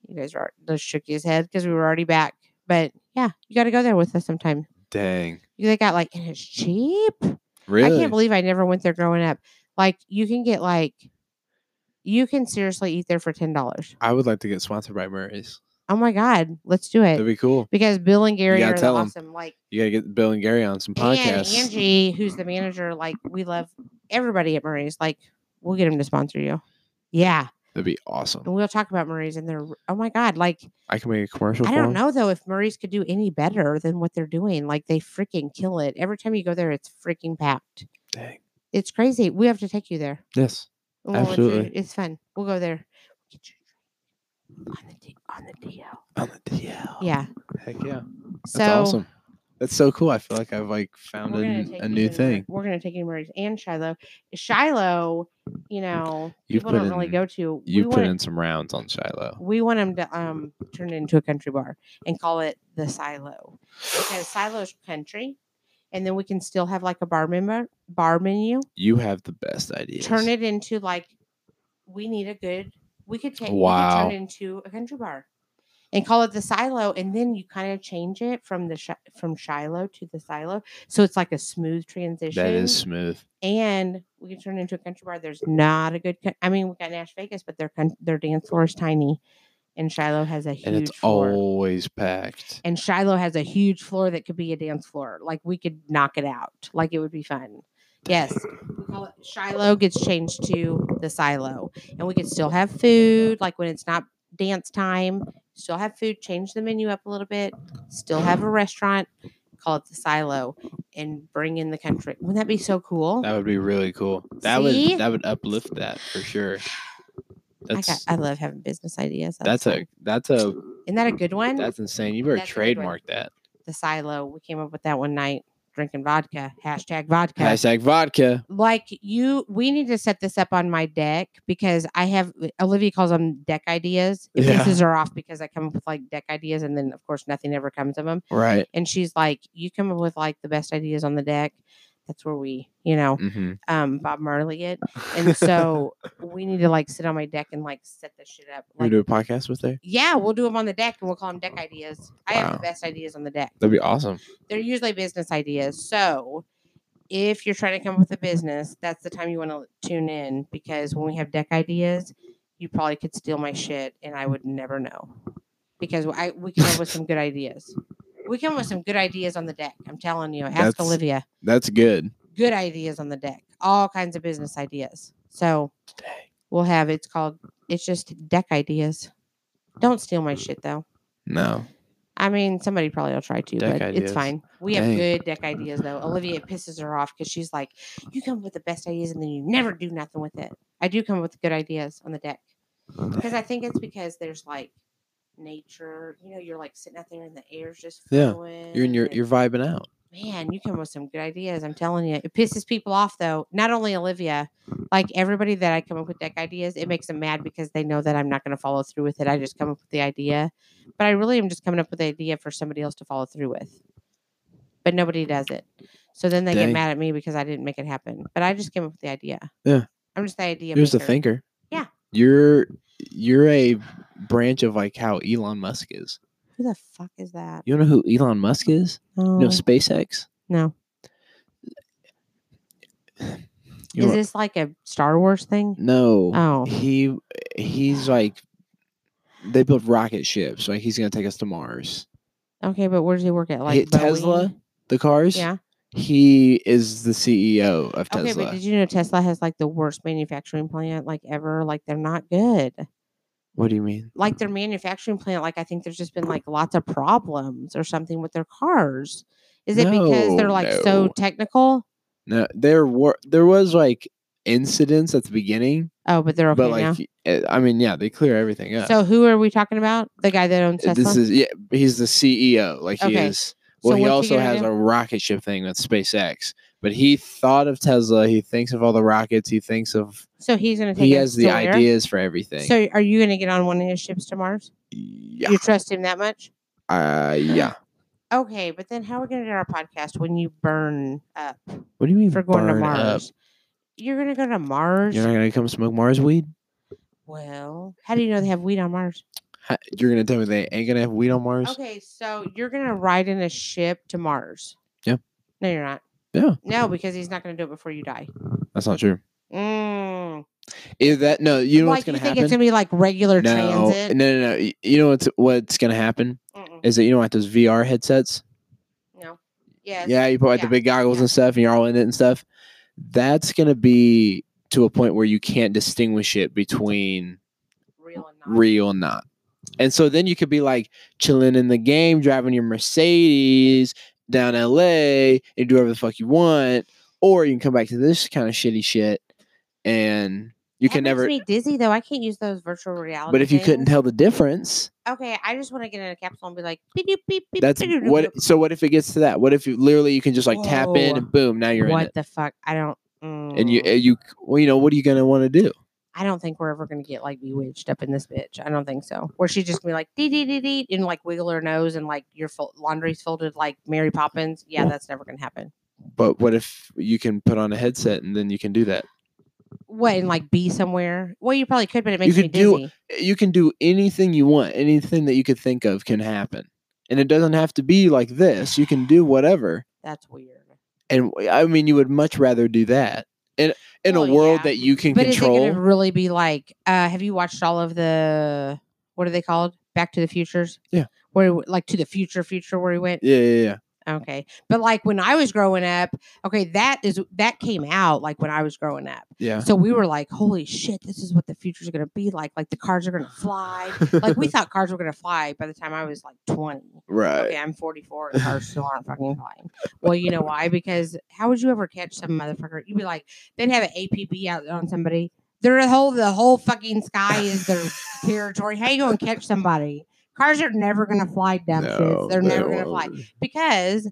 Speaker 2: "You guys are," just shook his head because we were already back. But yeah, you got to go there with us sometime.
Speaker 1: Dang.
Speaker 2: They got like, and it's cheap.
Speaker 1: Really?
Speaker 2: I can't believe I never went there growing up. Like you can get like you can seriously eat there for ten dollars.
Speaker 1: I would like to get sponsored by Murray's.
Speaker 2: Oh my god, let's do
Speaker 1: That'd
Speaker 2: it.
Speaker 1: be cool.
Speaker 2: Because Bill and Gary
Speaker 1: gotta
Speaker 2: are the
Speaker 1: tell 'em.
Speaker 2: awesome. Like
Speaker 1: You gotta get Bill and Gary on some
Speaker 2: and
Speaker 1: podcasts.
Speaker 2: Angie, who's the manager, like we love everybody at Murray's. Like, we'll get him to sponsor you. Yeah.
Speaker 1: That'd be
Speaker 2: And
Speaker 1: awesome.
Speaker 2: we'll talk about Murray's and they're oh my God. Like
Speaker 1: I can make a commercial.
Speaker 2: I
Speaker 1: for
Speaker 2: don't
Speaker 1: 'em.
Speaker 2: know though if Murray's could do any better than what they're doing. Like they freaking kill it. Every time you go there, it's freaking packed.
Speaker 1: Dang.
Speaker 2: It's crazy. We have to take you there.
Speaker 1: Yes.
Speaker 2: And we'll let you-
Speaker 1: Absolutely.
Speaker 2: Oh, it's fun. We'll go there. Get your drink on the D- on the DL.
Speaker 1: On the DL.
Speaker 2: Yeah.
Speaker 1: Heck yeah.
Speaker 2: So
Speaker 1: That's awesome. That's so cool. I feel like I've like found
Speaker 2: we're gonna
Speaker 1: an-
Speaker 2: take
Speaker 1: a
Speaker 2: you
Speaker 1: new
Speaker 2: to Mur-
Speaker 1: thing.
Speaker 2: We're gonna take you to Murray's and Shiloh. Shiloh, you know,
Speaker 1: You've
Speaker 2: people
Speaker 1: put
Speaker 2: don't really
Speaker 1: in-
Speaker 2: go to.
Speaker 1: You
Speaker 2: we
Speaker 1: put
Speaker 2: want
Speaker 1: in some rounds on Shiloh.
Speaker 2: we want them to um turn it into a country bar and call it the Silo because Silo's country, and then we can still have like a bar member bar menu.
Speaker 1: You have the best ideas.
Speaker 2: Turn it into like we need a good. We could take.
Speaker 1: Wow.
Speaker 2: We could turn it into a country bar, and call it the silo, and then you kind of change it from the shi- from Shiloh to the silo, so it's like a smooth transition.
Speaker 1: That is smooth.
Speaker 2: And we can turn it into a country bar. There's not a good. co- I mean, we got Nash Vegas, but their con- their dance floor is tiny, and Shiloh has a huge.
Speaker 1: And it's
Speaker 2: floor.
Speaker 1: always packed.
Speaker 2: And Shiloh has a huge floor that could be a dance floor. Like we could knock it out. Like it would be fun. Yes. We call it Shiloh gets changed to the silo. And we could still have food. Like when it's not dance time, still have food, change the menu up a little bit, still have a restaurant, call it the silo, and bring in the country. Wouldn't that be so cool?
Speaker 1: That would be really cool. That
Speaker 2: See?
Speaker 1: would that would uplift that for sure.
Speaker 2: I,
Speaker 1: That's
Speaker 2: got, I love having business ideas.
Speaker 1: that's
Speaker 2: fun.
Speaker 1: a that's a
Speaker 2: Isn't that a good one?
Speaker 1: that's insane. You better
Speaker 2: That's a good one.
Speaker 1: trademark that.
Speaker 2: the silo. We came up with that one night drinking vodka. Hashtag vodka.
Speaker 1: Hashtag vodka.
Speaker 2: like you we need to set this up on my deck because i have uh, olivia calls them deck ideas It
Speaker 1: Yeah.
Speaker 2: pisses her off because i come up with like deck ideas and then of course nothing ever comes of them
Speaker 1: Right.
Speaker 2: and she's like you come up with like the best ideas on the deck that's where we you know
Speaker 1: Mm-hmm.
Speaker 2: um bob marley it
Speaker 1: [LAUGHS]
Speaker 2: and so we need to like sit on my deck and like set this shit up
Speaker 1: we
Speaker 2: like,
Speaker 1: do a podcast with it.
Speaker 2: yeah we'll do them on the deck and we'll call them deck ideas i have the
Speaker 1: Wow.
Speaker 2: best ideas on the deck
Speaker 1: That'd be awesome.
Speaker 2: they're usually business ideas. So if you're trying to come up with a business, that's the time you want to tune in because when we have deck ideas, you probably could steal my shit and I would never know because I we come up with some good ideas. We come up with some good ideas on the deck. I'm telling you, ask
Speaker 1: That's-
Speaker 2: Olivia.
Speaker 1: That's good.
Speaker 2: Good ideas on the deck, all kinds of business ideas. So
Speaker 1: Dang.
Speaker 2: we'll have it's called it's just deck ideas. Don't steal my shit though.
Speaker 1: No.
Speaker 2: I mean, somebody probably will try to,
Speaker 1: Deck
Speaker 2: but it's
Speaker 1: ideas.
Speaker 2: fine. We have
Speaker 1: Dang.
Speaker 2: good deck ideas, though. Olivia it pisses her off because she's like, "You come up with the best ideas, and then you never do nothing with it." I do come up with good ideas on the deck because I think it's because there's like nature. You know, you're like sitting out there, and the air's just
Speaker 1: Yeah.
Speaker 2: flowing.
Speaker 1: You're in your
Speaker 2: and-
Speaker 1: you're vibing out.
Speaker 2: man. You come up with some good ideas. I'm telling you, it pisses people off though. Not only Olivia, like everybody that I come up with deck ideas, it makes them mad because they know that I'm not going to follow through with it. I just come up with the idea, but I really am just coming up with the idea for somebody else to follow through with. But nobody does it, so then they get
Speaker 1: Dang.
Speaker 2: mad at me because I didn't make it happen. But I just came up with the idea.
Speaker 1: Yeah.
Speaker 2: I'm just the idea.
Speaker 1: Here's the
Speaker 2: maker.
Speaker 1: thinker.
Speaker 2: Yeah.
Speaker 1: You're you're a branch of like how Elon Musk is.
Speaker 2: Who the fuck is that?
Speaker 1: You know who Elon Musk is?
Speaker 2: No,
Speaker 1: You know SpaceX?
Speaker 2: no.
Speaker 1: You
Speaker 2: is
Speaker 1: know-
Speaker 2: this like a Star Wars thing?
Speaker 1: no.
Speaker 2: Oh,
Speaker 1: he he's like they build rocket ships like he's gonna take us to mars
Speaker 2: okay. But where does he work at?
Speaker 1: He-
Speaker 2: Like Boeing?
Speaker 1: tesla the cars
Speaker 2: Yeah.
Speaker 1: He is the CEO of
Speaker 2: Okay,
Speaker 1: Tesla.
Speaker 2: but did you know Tesla has like the worst manufacturing plant like ever? Like they're not good.
Speaker 1: what do you mean?
Speaker 2: Like their manufacturing plant, like I think there's just been like lots of problems or something with their cars. Is it because they're
Speaker 1: No,
Speaker 2: like so
Speaker 1: no.
Speaker 2: technical?
Speaker 1: No, there were there was like incidents at the beginning,
Speaker 2: Oh, but they're okay
Speaker 1: but like eh, I mean, yeah, they clear everything
Speaker 2: now.
Speaker 1: up.
Speaker 2: So who are we talking about? The guy that owns Tesla.
Speaker 1: this is yeah, he's the CEO. Like he
Speaker 2: Okay.
Speaker 1: is. Well,
Speaker 2: So
Speaker 1: he
Speaker 2: what's he
Speaker 1: also
Speaker 2: gonna
Speaker 1: has
Speaker 2: do?
Speaker 1: a rocket ship thing with SpaceX. But he thought of Tesla. He thinks of all the rockets. He thinks of
Speaker 2: so he's gonna take
Speaker 1: he
Speaker 2: us
Speaker 1: has the
Speaker 2: to where?
Speaker 1: ideas for everything.
Speaker 2: So are you gonna get on one of his ships to Mars?
Speaker 1: yeah,
Speaker 2: You trust him that much?
Speaker 1: uh,
Speaker 2: [GASPS]
Speaker 1: yeah.
Speaker 2: Okay, but then how are we gonna do our podcast when you burn up
Speaker 1: What do you mean
Speaker 2: for going to
Speaker 1: burn up?
Speaker 2: Mars? You're gonna go to Mars.
Speaker 1: You're not gonna come smoke Mars weed?
Speaker 2: Well, how do you know they have weed on Mars?
Speaker 1: Ha- You're gonna tell me they ain't gonna have weed on Mars?
Speaker 2: Okay, so you're gonna ride in a ship to Mars.
Speaker 1: Mm. Yeah.
Speaker 2: No, you're not.
Speaker 1: Yeah.
Speaker 2: No, because he's not gonna do it before you die.
Speaker 1: That's not true.
Speaker 2: Mm.
Speaker 1: Is that no? You know
Speaker 2: like
Speaker 1: what's gonna
Speaker 2: you think
Speaker 1: happen?
Speaker 2: it's gonna be like regular
Speaker 1: no, no,
Speaker 2: transit?
Speaker 1: no, no. Y- You know what's what's gonna happen
Speaker 2: Mm-mm,
Speaker 1: is that you know like those VR headsets.
Speaker 2: no. Yes.
Speaker 1: Yeah, you put like
Speaker 2: yeah,
Speaker 1: the big goggles
Speaker 2: yeah.
Speaker 1: and stuff, and you're all in it and stuff. That's gonna be to a point where you can't distinguish it between
Speaker 2: Real and not.
Speaker 1: real and not. And so then you could be like chilling in the game, driving your Mercedes down LA and do whatever the fuck you want, or you can come back to this kind of shitty shit, and you
Speaker 2: That
Speaker 1: can
Speaker 2: makes
Speaker 1: never.
Speaker 2: me dizzy though. I can't use those virtual reality.
Speaker 1: But if you couldn't [LAUGHS]
Speaker 2: things.
Speaker 1: tell the difference,
Speaker 2: okay, I just want to get in a capsule and be like, beep, beep, beep, beep,
Speaker 1: that's
Speaker 2: beep, beep,
Speaker 1: what.
Speaker 2: beep.
Speaker 1: So what if it gets to that? What if you literally you can just like tap in
Speaker 2: Whoa.
Speaker 1: and boom, now you're in
Speaker 2: What
Speaker 1: it,
Speaker 2: the fuck? I don't.
Speaker 1: and you
Speaker 2: mm.
Speaker 1: and you well, you know what are you gonna want to do?
Speaker 2: I don't think we're ever going to get like bewitched up in this bitch. I don't think so. Where she just be like dee dee dee dee and like wiggle her nose and like your fol- laundry's folded like Mary Poppins. Yeah, that's never going to happen.
Speaker 1: But what if you can put on a headset and then you can do that?
Speaker 2: What and like be somewhere? Well, you probably could, but it makes me
Speaker 1: could do-
Speaker 2: dizzy.
Speaker 1: you can do anything you want. Anything that you could think of can happen. And it doesn't have to be like this. You can do whatever.
Speaker 2: that's weird.
Speaker 1: And w- I mean, you would much rather do that in, in
Speaker 2: Well,
Speaker 1: a world
Speaker 2: yeah.
Speaker 1: that you can
Speaker 2: But is it
Speaker 1: control.
Speaker 2: going to really be like? uh Have you watched all of the what are they called? Back to the Futures.
Speaker 1: Yeah.
Speaker 2: Where he w- like to the future, future where he went.
Speaker 1: yeah, yeah, yeah.
Speaker 2: Okay. But like when I was growing up, okay, that is that came out like when I was growing up.
Speaker 1: Yeah.
Speaker 2: So we were like, holy shit, this is what the future's gonna be like. Like the cars are gonna
Speaker 1: [LAUGHS]
Speaker 2: fly. like we thought cars were gonna fly by the time I was like 20.
Speaker 1: Right.
Speaker 2: Okay, I'm 44 and cars still aren't fucking flying. Well, you know why? Because how would you ever catch some motherfucker? You'd be like, they'd have an APB out on somebody. Their whole the whole fucking sky
Speaker 1: [LAUGHS]
Speaker 2: is their territory. How you gonna catch somebody? Cars are never gonna fly, dumb shits. They're
Speaker 1: they
Speaker 2: never gonna fly
Speaker 1: [LAUGHS] won't.
Speaker 2: because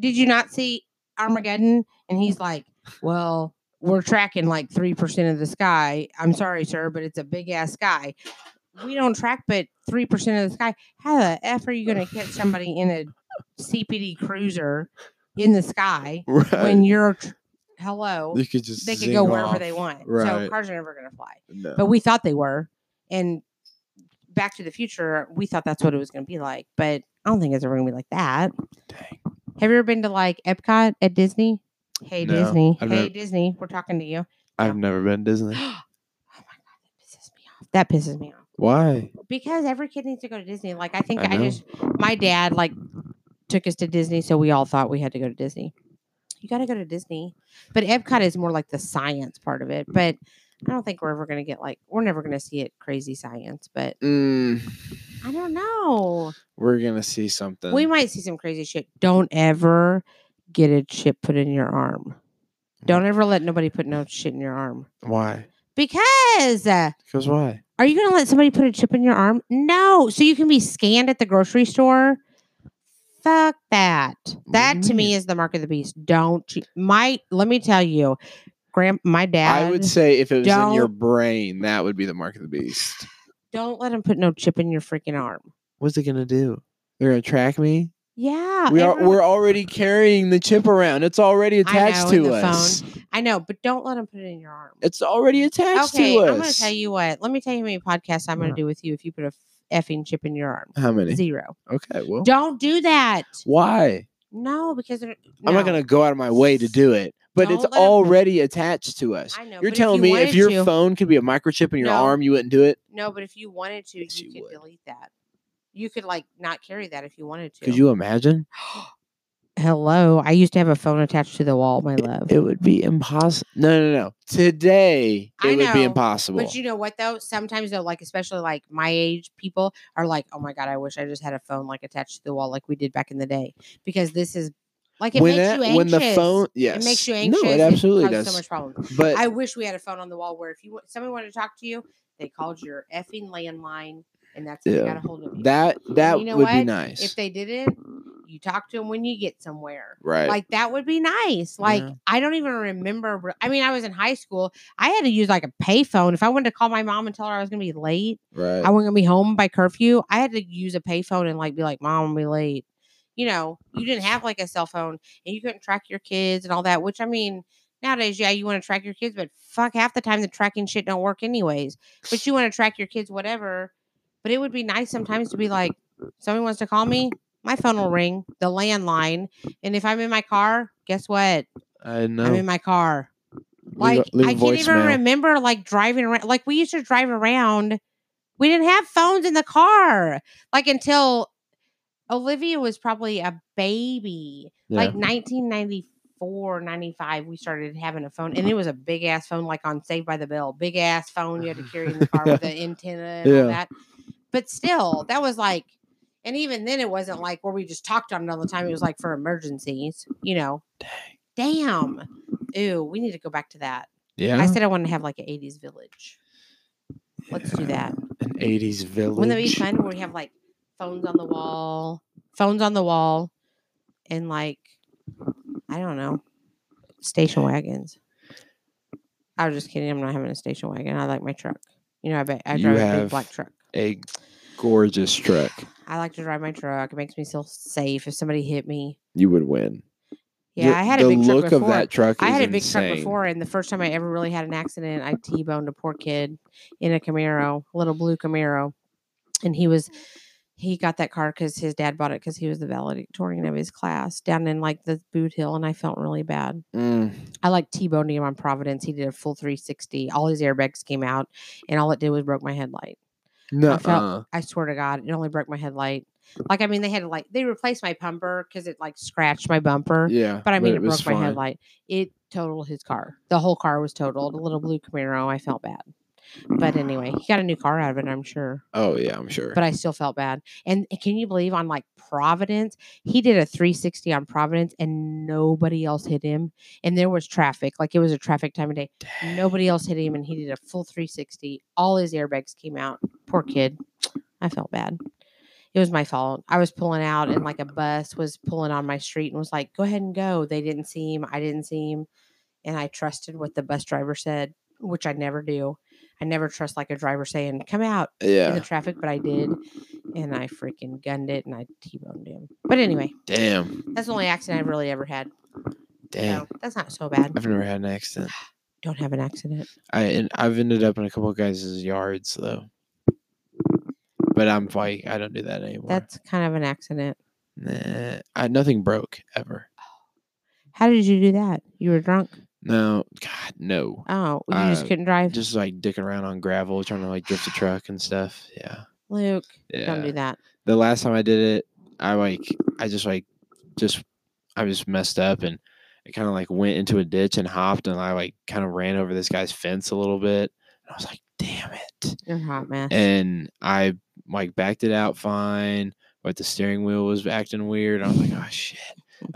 Speaker 2: did you not see Armageddon? And he's like, Well, we're tracking like 3% of the sky. I'm sorry, sir, but it's a big ass sky. We don't track but 3% of the sky. How the F are you going to catch somebody in a CPD cruiser in the sky
Speaker 1: Right.
Speaker 2: when you're, tr- hello?
Speaker 1: you could just
Speaker 2: They could
Speaker 1: zing
Speaker 2: go wherever
Speaker 1: off.
Speaker 2: they want. So
Speaker 1: Right.
Speaker 2: cars are never going to fly.
Speaker 1: No.
Speaker 2: But we thought they were. And Back to the Future, we thought that's what it was going to be like. But I don't think it's ever going to be like that.
Speaker 1: Dang.
Speaker 2: Have you ever been to like Epcot at Disney? Hey
Speaker 1: No,
Speaker 2: Disney.
Speaker 1: I've
Speaker 2: hey
Speaker 1: never-
Speaker 2: Disney, we're talking to you. [GASPS]
Speaker 1: I've never been to
Speaker 2: oh
Speaker 1: Disney.
Speaker 2: my [GASPS] god, that pisses me off. That pisses me off.
Speaker 1: Why?
Speaker 2: Because every kid needs to go to Disney. Like I think
Speaker 1: I
Speaker 2: I,
Speaker 1: know.
Speaker 2: just my dad like took us to Disney, so we all thought we had to go to Disney. You gotta go to Disney. But Epcot is more like the science part of it. But I don't think we're ever gonna get like we're never gonna see it crazy science, but
Speaker 1: Mm,
Speaker 2: I don't know.
Speaker 1: we're gonna see something.
Speaker 2: We might see some crazy shit. Don't ever get a chip put in your arm.
Speaker 1: Mm.
Speaker 2: Don't ever let nobody put no shit in your arm.
Speaker 1: Why?
Speaker 2: Because uh,
Speaker 1: Because why?
Speaker 2: are you going to let somebody put a chip in your arm? No. So you can be scanned at the grocery store? Fuck that. That to me is the mark of the beast. Don't you, my let me tell you, grand my dad
Speaker 1: I would say if it was in your
Speaker 2: don't-
Speaker 1: brain, that would be the mark of the beast.
Speaker 2: don't let him put no chip in your freaking arm.
Speaker 1: What's it gonna do? They're gonna track me.
Speaker 2: Yeah.
Speaker 1: we are
Speaker 2: everyone-
Speaker 1: we're already carrying the chip around. It's already attached
Speaker 2: know, in
Speaker 1: to
Speaker 2: the phone.
Speaker 1: us.
Speaker 2: I know, but don't let him put it in your arm.
Speaker 1: It's already attached
Speaker 2: Okay,
Speaker 1: to us. Mm-hmm.
Speaker 2: I'm gonna tell you what. Let me tell you how many podcasts I'm gonna do with you if you put a f- effing chip in your arm.
Speaker 1: how many.
Speaker 2: Zero.
Speaker 1: Okay, well,
Speaker 2: Don't do that.
Speaker 1: why?
Speaker 2: No, because they're-
Speaker 1: I'm not
Speaker 2: no.
Speaker 1: gonna go out of my way to do it, but
Speaker 2: Don't
Speaker 1: it's
Speaker 2: let 'em-
Speaker 1: already attached to us.
Speaker 2: I know.
Speaker 1: You're
Speaker 2: but
Speaker 1: telling
Speaker 2: if you
Speaker 1: me
Speaker 2: wanted
Speaker 1: if your
Speaker 2: to,
Speaker 1: phone could be a microchip in your
Speaker 2: No.
Speaker 1: arm, you wouldn't do it
Speaker 2: no, but if you wanted to,
Speaker 1: Yes,
Speaker 2: you
Speaker 1: you
Speaker 2: could
Speaker 1: would.
Speaker 2: delete that. You could like not carry that if you wanted to.
Speaker 1: Could you imagine?
Speaker 2: Hello. I used to have a phone attached to the wall, my love.
Speaker 1: It would be impossible. No, no, no. Today it
Speaker 2: I
Speaker 1: would be
Speaker 2: know,
Speaker 1: impossible.
Speaker 2: But you know what though? Sometimes though, like especially like my age people are like, "Oh my god, I wish I just had a phone like attached to the wall like we did back in the day." Because this is like it
Speaker 1: when
Speaker 2: makes
Speaker 1: that,
Speaker 2: you anxious.
Speaker 1: when the phone, yes,
Speaker 2: it makes you anxious.
Speaker 1: No, it absolutely
Speaker 2: causes
Speaker 1: does.
Speaker 2: So much problem.
Speaker 1: but
Speaker 2: I wish we had a phone on the wall where if you wa- somebody wanted to talk to you, they called your effing landline, and that's how
Speaker 1: Yeah.
Speaker 2: they got a hold of you.
Speaker 1: that that
Speaker 2: you know
Speaker 1: would be
Speaker 2: what?
Speaker 1: nice,
Speaker 2: if they did it, you talk to them when you get somewhere.
Speaker 1: right?
Speaker 2: Like that would be nice. Like
Speaker 1: Yeah.
Speaker 2: I don't even remember. re- I mean, I was in high school. I had to use like a payphone if I wanted to call my mom and tell her I was gonna be late.
Speaker 1: right.
Speaker 2: I wasn't gonna be home by curfew. I had to use a payphone and like be like, "Mom, I'm gonna be late." You know, you didn't have like a cell phone and you couldn't track your kids and all that. Which I mean, nowadays, yeah, you want to track your kids, but fuck, half the time the tracking shit don't work anyways. But you want to track your kids, whatever. But it would be nice sometimes to be like, somebody wants to call me, my phone will ring, the landline, and if I'm in my car, guess what?
Speaker 1: I know.
Speaker 2: I'm in my car.
Speaker 3: Leave a-
Speaker 2: Like
Speaker 3: leave a
Speaker 2: I can't even
Speaker 3: voicemail.
Speaker 2: remember like driving around. Like we used to drive around. We didn't have phones in the car. Like until Olivia was probably a baby.
Speaker 1: Yeah.
Speaker 2: Like 1994, 95, we started having a phone. And it was a big ass phone, like on Saved by the Bell. Big ass phone you had to carry in the car
Speaker 1: [LAUGHS]
Speaker 2: with the antenna and
Speaker 1: Yeah.
Speaker 2: all that. But still, that was like and even then it wasn't like where we just talked on it all the time. It was like for emergencies, you know. Damn. Ew, we need to go back to that.
Speaker 1: yeah.
Speaker 2: I said I want to have like an 80s village. Let's do that.
Speaker 1: An 80s village.
Speaker 2: Wouldn't that be fun? Where we have like phones on the wall, phones on the wall, and like, I don't know, station wagons. I was just kidding. I'm not having a station wagon. I like my truck. You know, I, bet I
Speaker 1: You
Speaker 2: drive a
Speaker 1: have-
Speaker 2: big black truck.
Speaker 1: A gorgeous truck.
Speaker 2: I like to drive my truck. It makes me feel safe if somebody hit me.
Speaker 1: You would win.
Speaker 2: Yeah,
Speaker 1: The-
Speaker 2: I had a
Speaker 1: the
Speaker 2: big
Speaker 1: look
Speaker 2: truck before.
Speaker 1: of that truck.
Speaker 2: I
Speaker 1: is
Speaker 2: had a big truck
Speaker 1: insane.
Speaker 2: before, and the first time I ever really had an accident, I T-boned a poor kid in a Camaro, a little blue Camaro, and he was he got that car because his dad bought it because he was the valedictorian of his class down in like the boot hill, and I felt really bad.
Speaker 1: Mm,
Speaker 2: I like T-boned him on Providence. He did a full 360. All his airbags came out, and all it did was broke my headlight.
Speaker 1: No,
Speaker 2: I swear to God, it only broke my headlight. Like I mean, they had to like they replaced my bumper because it like scratched my bumper.
Speaker 1: yeah.
Speaker 2: But I mean, it,
Speaker 1: was
Speaker 2: broke my
Speaker 1: fine.
Speaker 2: headlight. It totaled his car. The whole car was totaled. A little blue Camaro. I felt bad. But anyway, he got a new car out of it, I'm sure.
Speaker 1: Oh, yeah, I'm sure.
Speaker 2: But I still felt bad. And can you believe on like Providence, he did a 360 on Providence and nobody else hit him. And there was traffic. Like it was a traffic time of day.
Speaker 1: Dang.
Speaker 2: Nobody else hit him. And he did a full 360. All his airbags came out. Poor kid. I felt bad. It was my fault. I was pulling out and like a bus was pulling on my street and was like, go ahead and go. They didn't see him. I didn't see him. And I trusted what the bus driver said, which I never do. I never trust like a driver saying, come out in the [LAUGHS]
Speaker 1: Yeah.
Speaker 2: traffic, but I did. And I freaking gunned it and I T boned him. But anyway,
Speaker 1: Damn.
Speaker 2: that's the only accident I've really ever had.
Speaker 1: Damn.
Speaker 2: So that's not so bad.
Speaker 1: I've never had an accident.
Speaker 2: Don't have an accident.
Speaker 1: I and I've ended up in a couple of guys' yards though. But I'm like, I don't do that anymore.
Speaker 2: That's kind of an accident.
Speaker 1: nah, I, nothing broke ever.
Speaker 2: How did you do that? You were drunk.
Speaker 1: No, God, no.
Speaker 2: Oh, you just
Speaker 1: Uh,
Speaker 2: couldn't drive.
Speaker 1: Just like dicking around on gravel, trying to like drift a truck and stuff. Yeah,
Speaker 2: Luke,
Speaker 1: yeah.
Speaker 2: don't do that.
Speaker 1: the last time I did it, I like, I just like, just, I just messed up and I kind of like went into a ditch and hopped and I like kind of ran over this guy's fence a little bit. And I was like, damn it.
Speaker 2: You're a hot [LAUGHS] mess.
Speaker 1: and I like backed it out fine, but the steering wheel was acting weird. I was like, oh shit.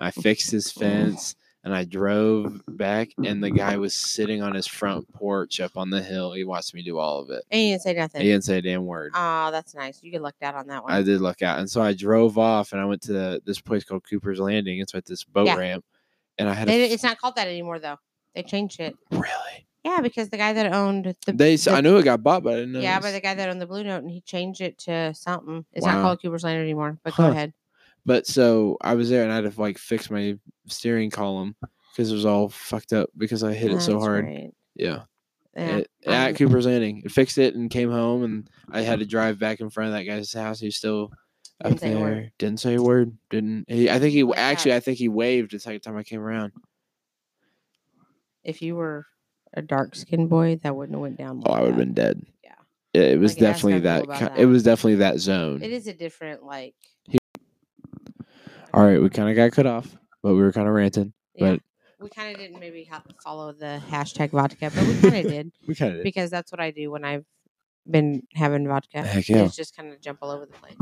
Speaker 1: I fixed
Speaker 2: [LAUGHS]
Speaker 1: his fence and I drove back, and the guy was sitting on his front porch up on the hill. He watched me do all of it.
Speaker 2: And you didn't say nothing.
Speaker 1: He didn't say a damn word.
Speaker 2: Oh, that's nice. You get lucked out on that one.
Speaker 1: I did luck out. And so I drove off and I went to this place called Cooper's Landing. It's at this boat
Speaker 2: Yeah.
Speaker 1: ramp. And I had
Speaker 2: They-
Speaker 1: a
Speaker 2: it's not called that anymore, though. They changed it.
Speaker 1: really.
Speaker 2: Yeah, because the guy that owned the
Speaker 1: They s
Speaker 2: the-
Speaker 1: I knew it got bought, but I didn't know.
Speaker 2: yeah,
Speaker 1: it
Speaker 2: by
Speaker 1: was-
Speaker 2: the guy that owned the Blue Note, and he changed it to something. It's
Speaker 1: Wow.
Speaker 2: not called Cooper's Land anymore. But
Speaker 1: Huh.
Speaker 2: go ahead.
Speaker 1: But so I was there and I had to like fix my steering column because it was all fucked up because I hit it so
Speaker 2: That's
Speaker 1: hard.
Speaker 2: right.
Speaker 1: Yeah.
Speaker 2: Yeah, um,
Speaker 1: It-
Speaker 2: I'm-
Speaker 1: at Cooper's Landing. It fixed it and came home and I had to drive back in front of that guy's house. He's still up
Speaker 2: Didn't say a
Speaker 1: there.
Speaker 2: word.
Speaker 1: Didn't say a word. Didn't he, I think he
Speaker 2: Like that.
Speaker 1: actually I think he waved the second time I came around.
Speaker 2: If you were a dark skinned boy, that wouldn't have went down.
Speaker 1: Oh, I
Speaker 2: like
Speaker 1: would have
Speaker 2: that.
Speaker 1: been dead.
Speaker 2: Yeah.
Speaker 1: It, it was
Speaker 2: Like, it has
Speaker 1: definitely
Speaker 2: something
Speaker 1: that,
Speaker 2: about
Speaker 1: ki-
Speaker 2: that.
Speaker 1: it was definitely that zone.
Speaker 2: It is a different like.
Speaker 1: All right, we kind of got cut off. but we were kind of ranting.
Speaker 2: Yeah.
Speaker 1: But-
Speaker 2: we kind of didn't maybe ha- follow the hashtag vodka, but we kind of
Speaker 1: [LAUGHS]
Speaker 2: did
Speaker 1: We kind of
Speaker 2: because that's what I do when I've been having vodka.
Speaker 1: Heck yeah.
Speaker 2: It's just kind of jump all over the place.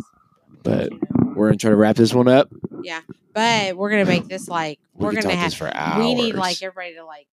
Speaker 1: But
Speaker 2: You know.
Speaker 1: we're gonna try to wrap this one up.
Speaker 2: but we're gonna make this like
Speaker 1: We
Speaker 2: we're
Speaker 1: could
Speaker 2: gonna
Speaker 1: talk this
Speaker 2: have.
Speaker 1: for hours.
Speaker 2: We need like everybody to like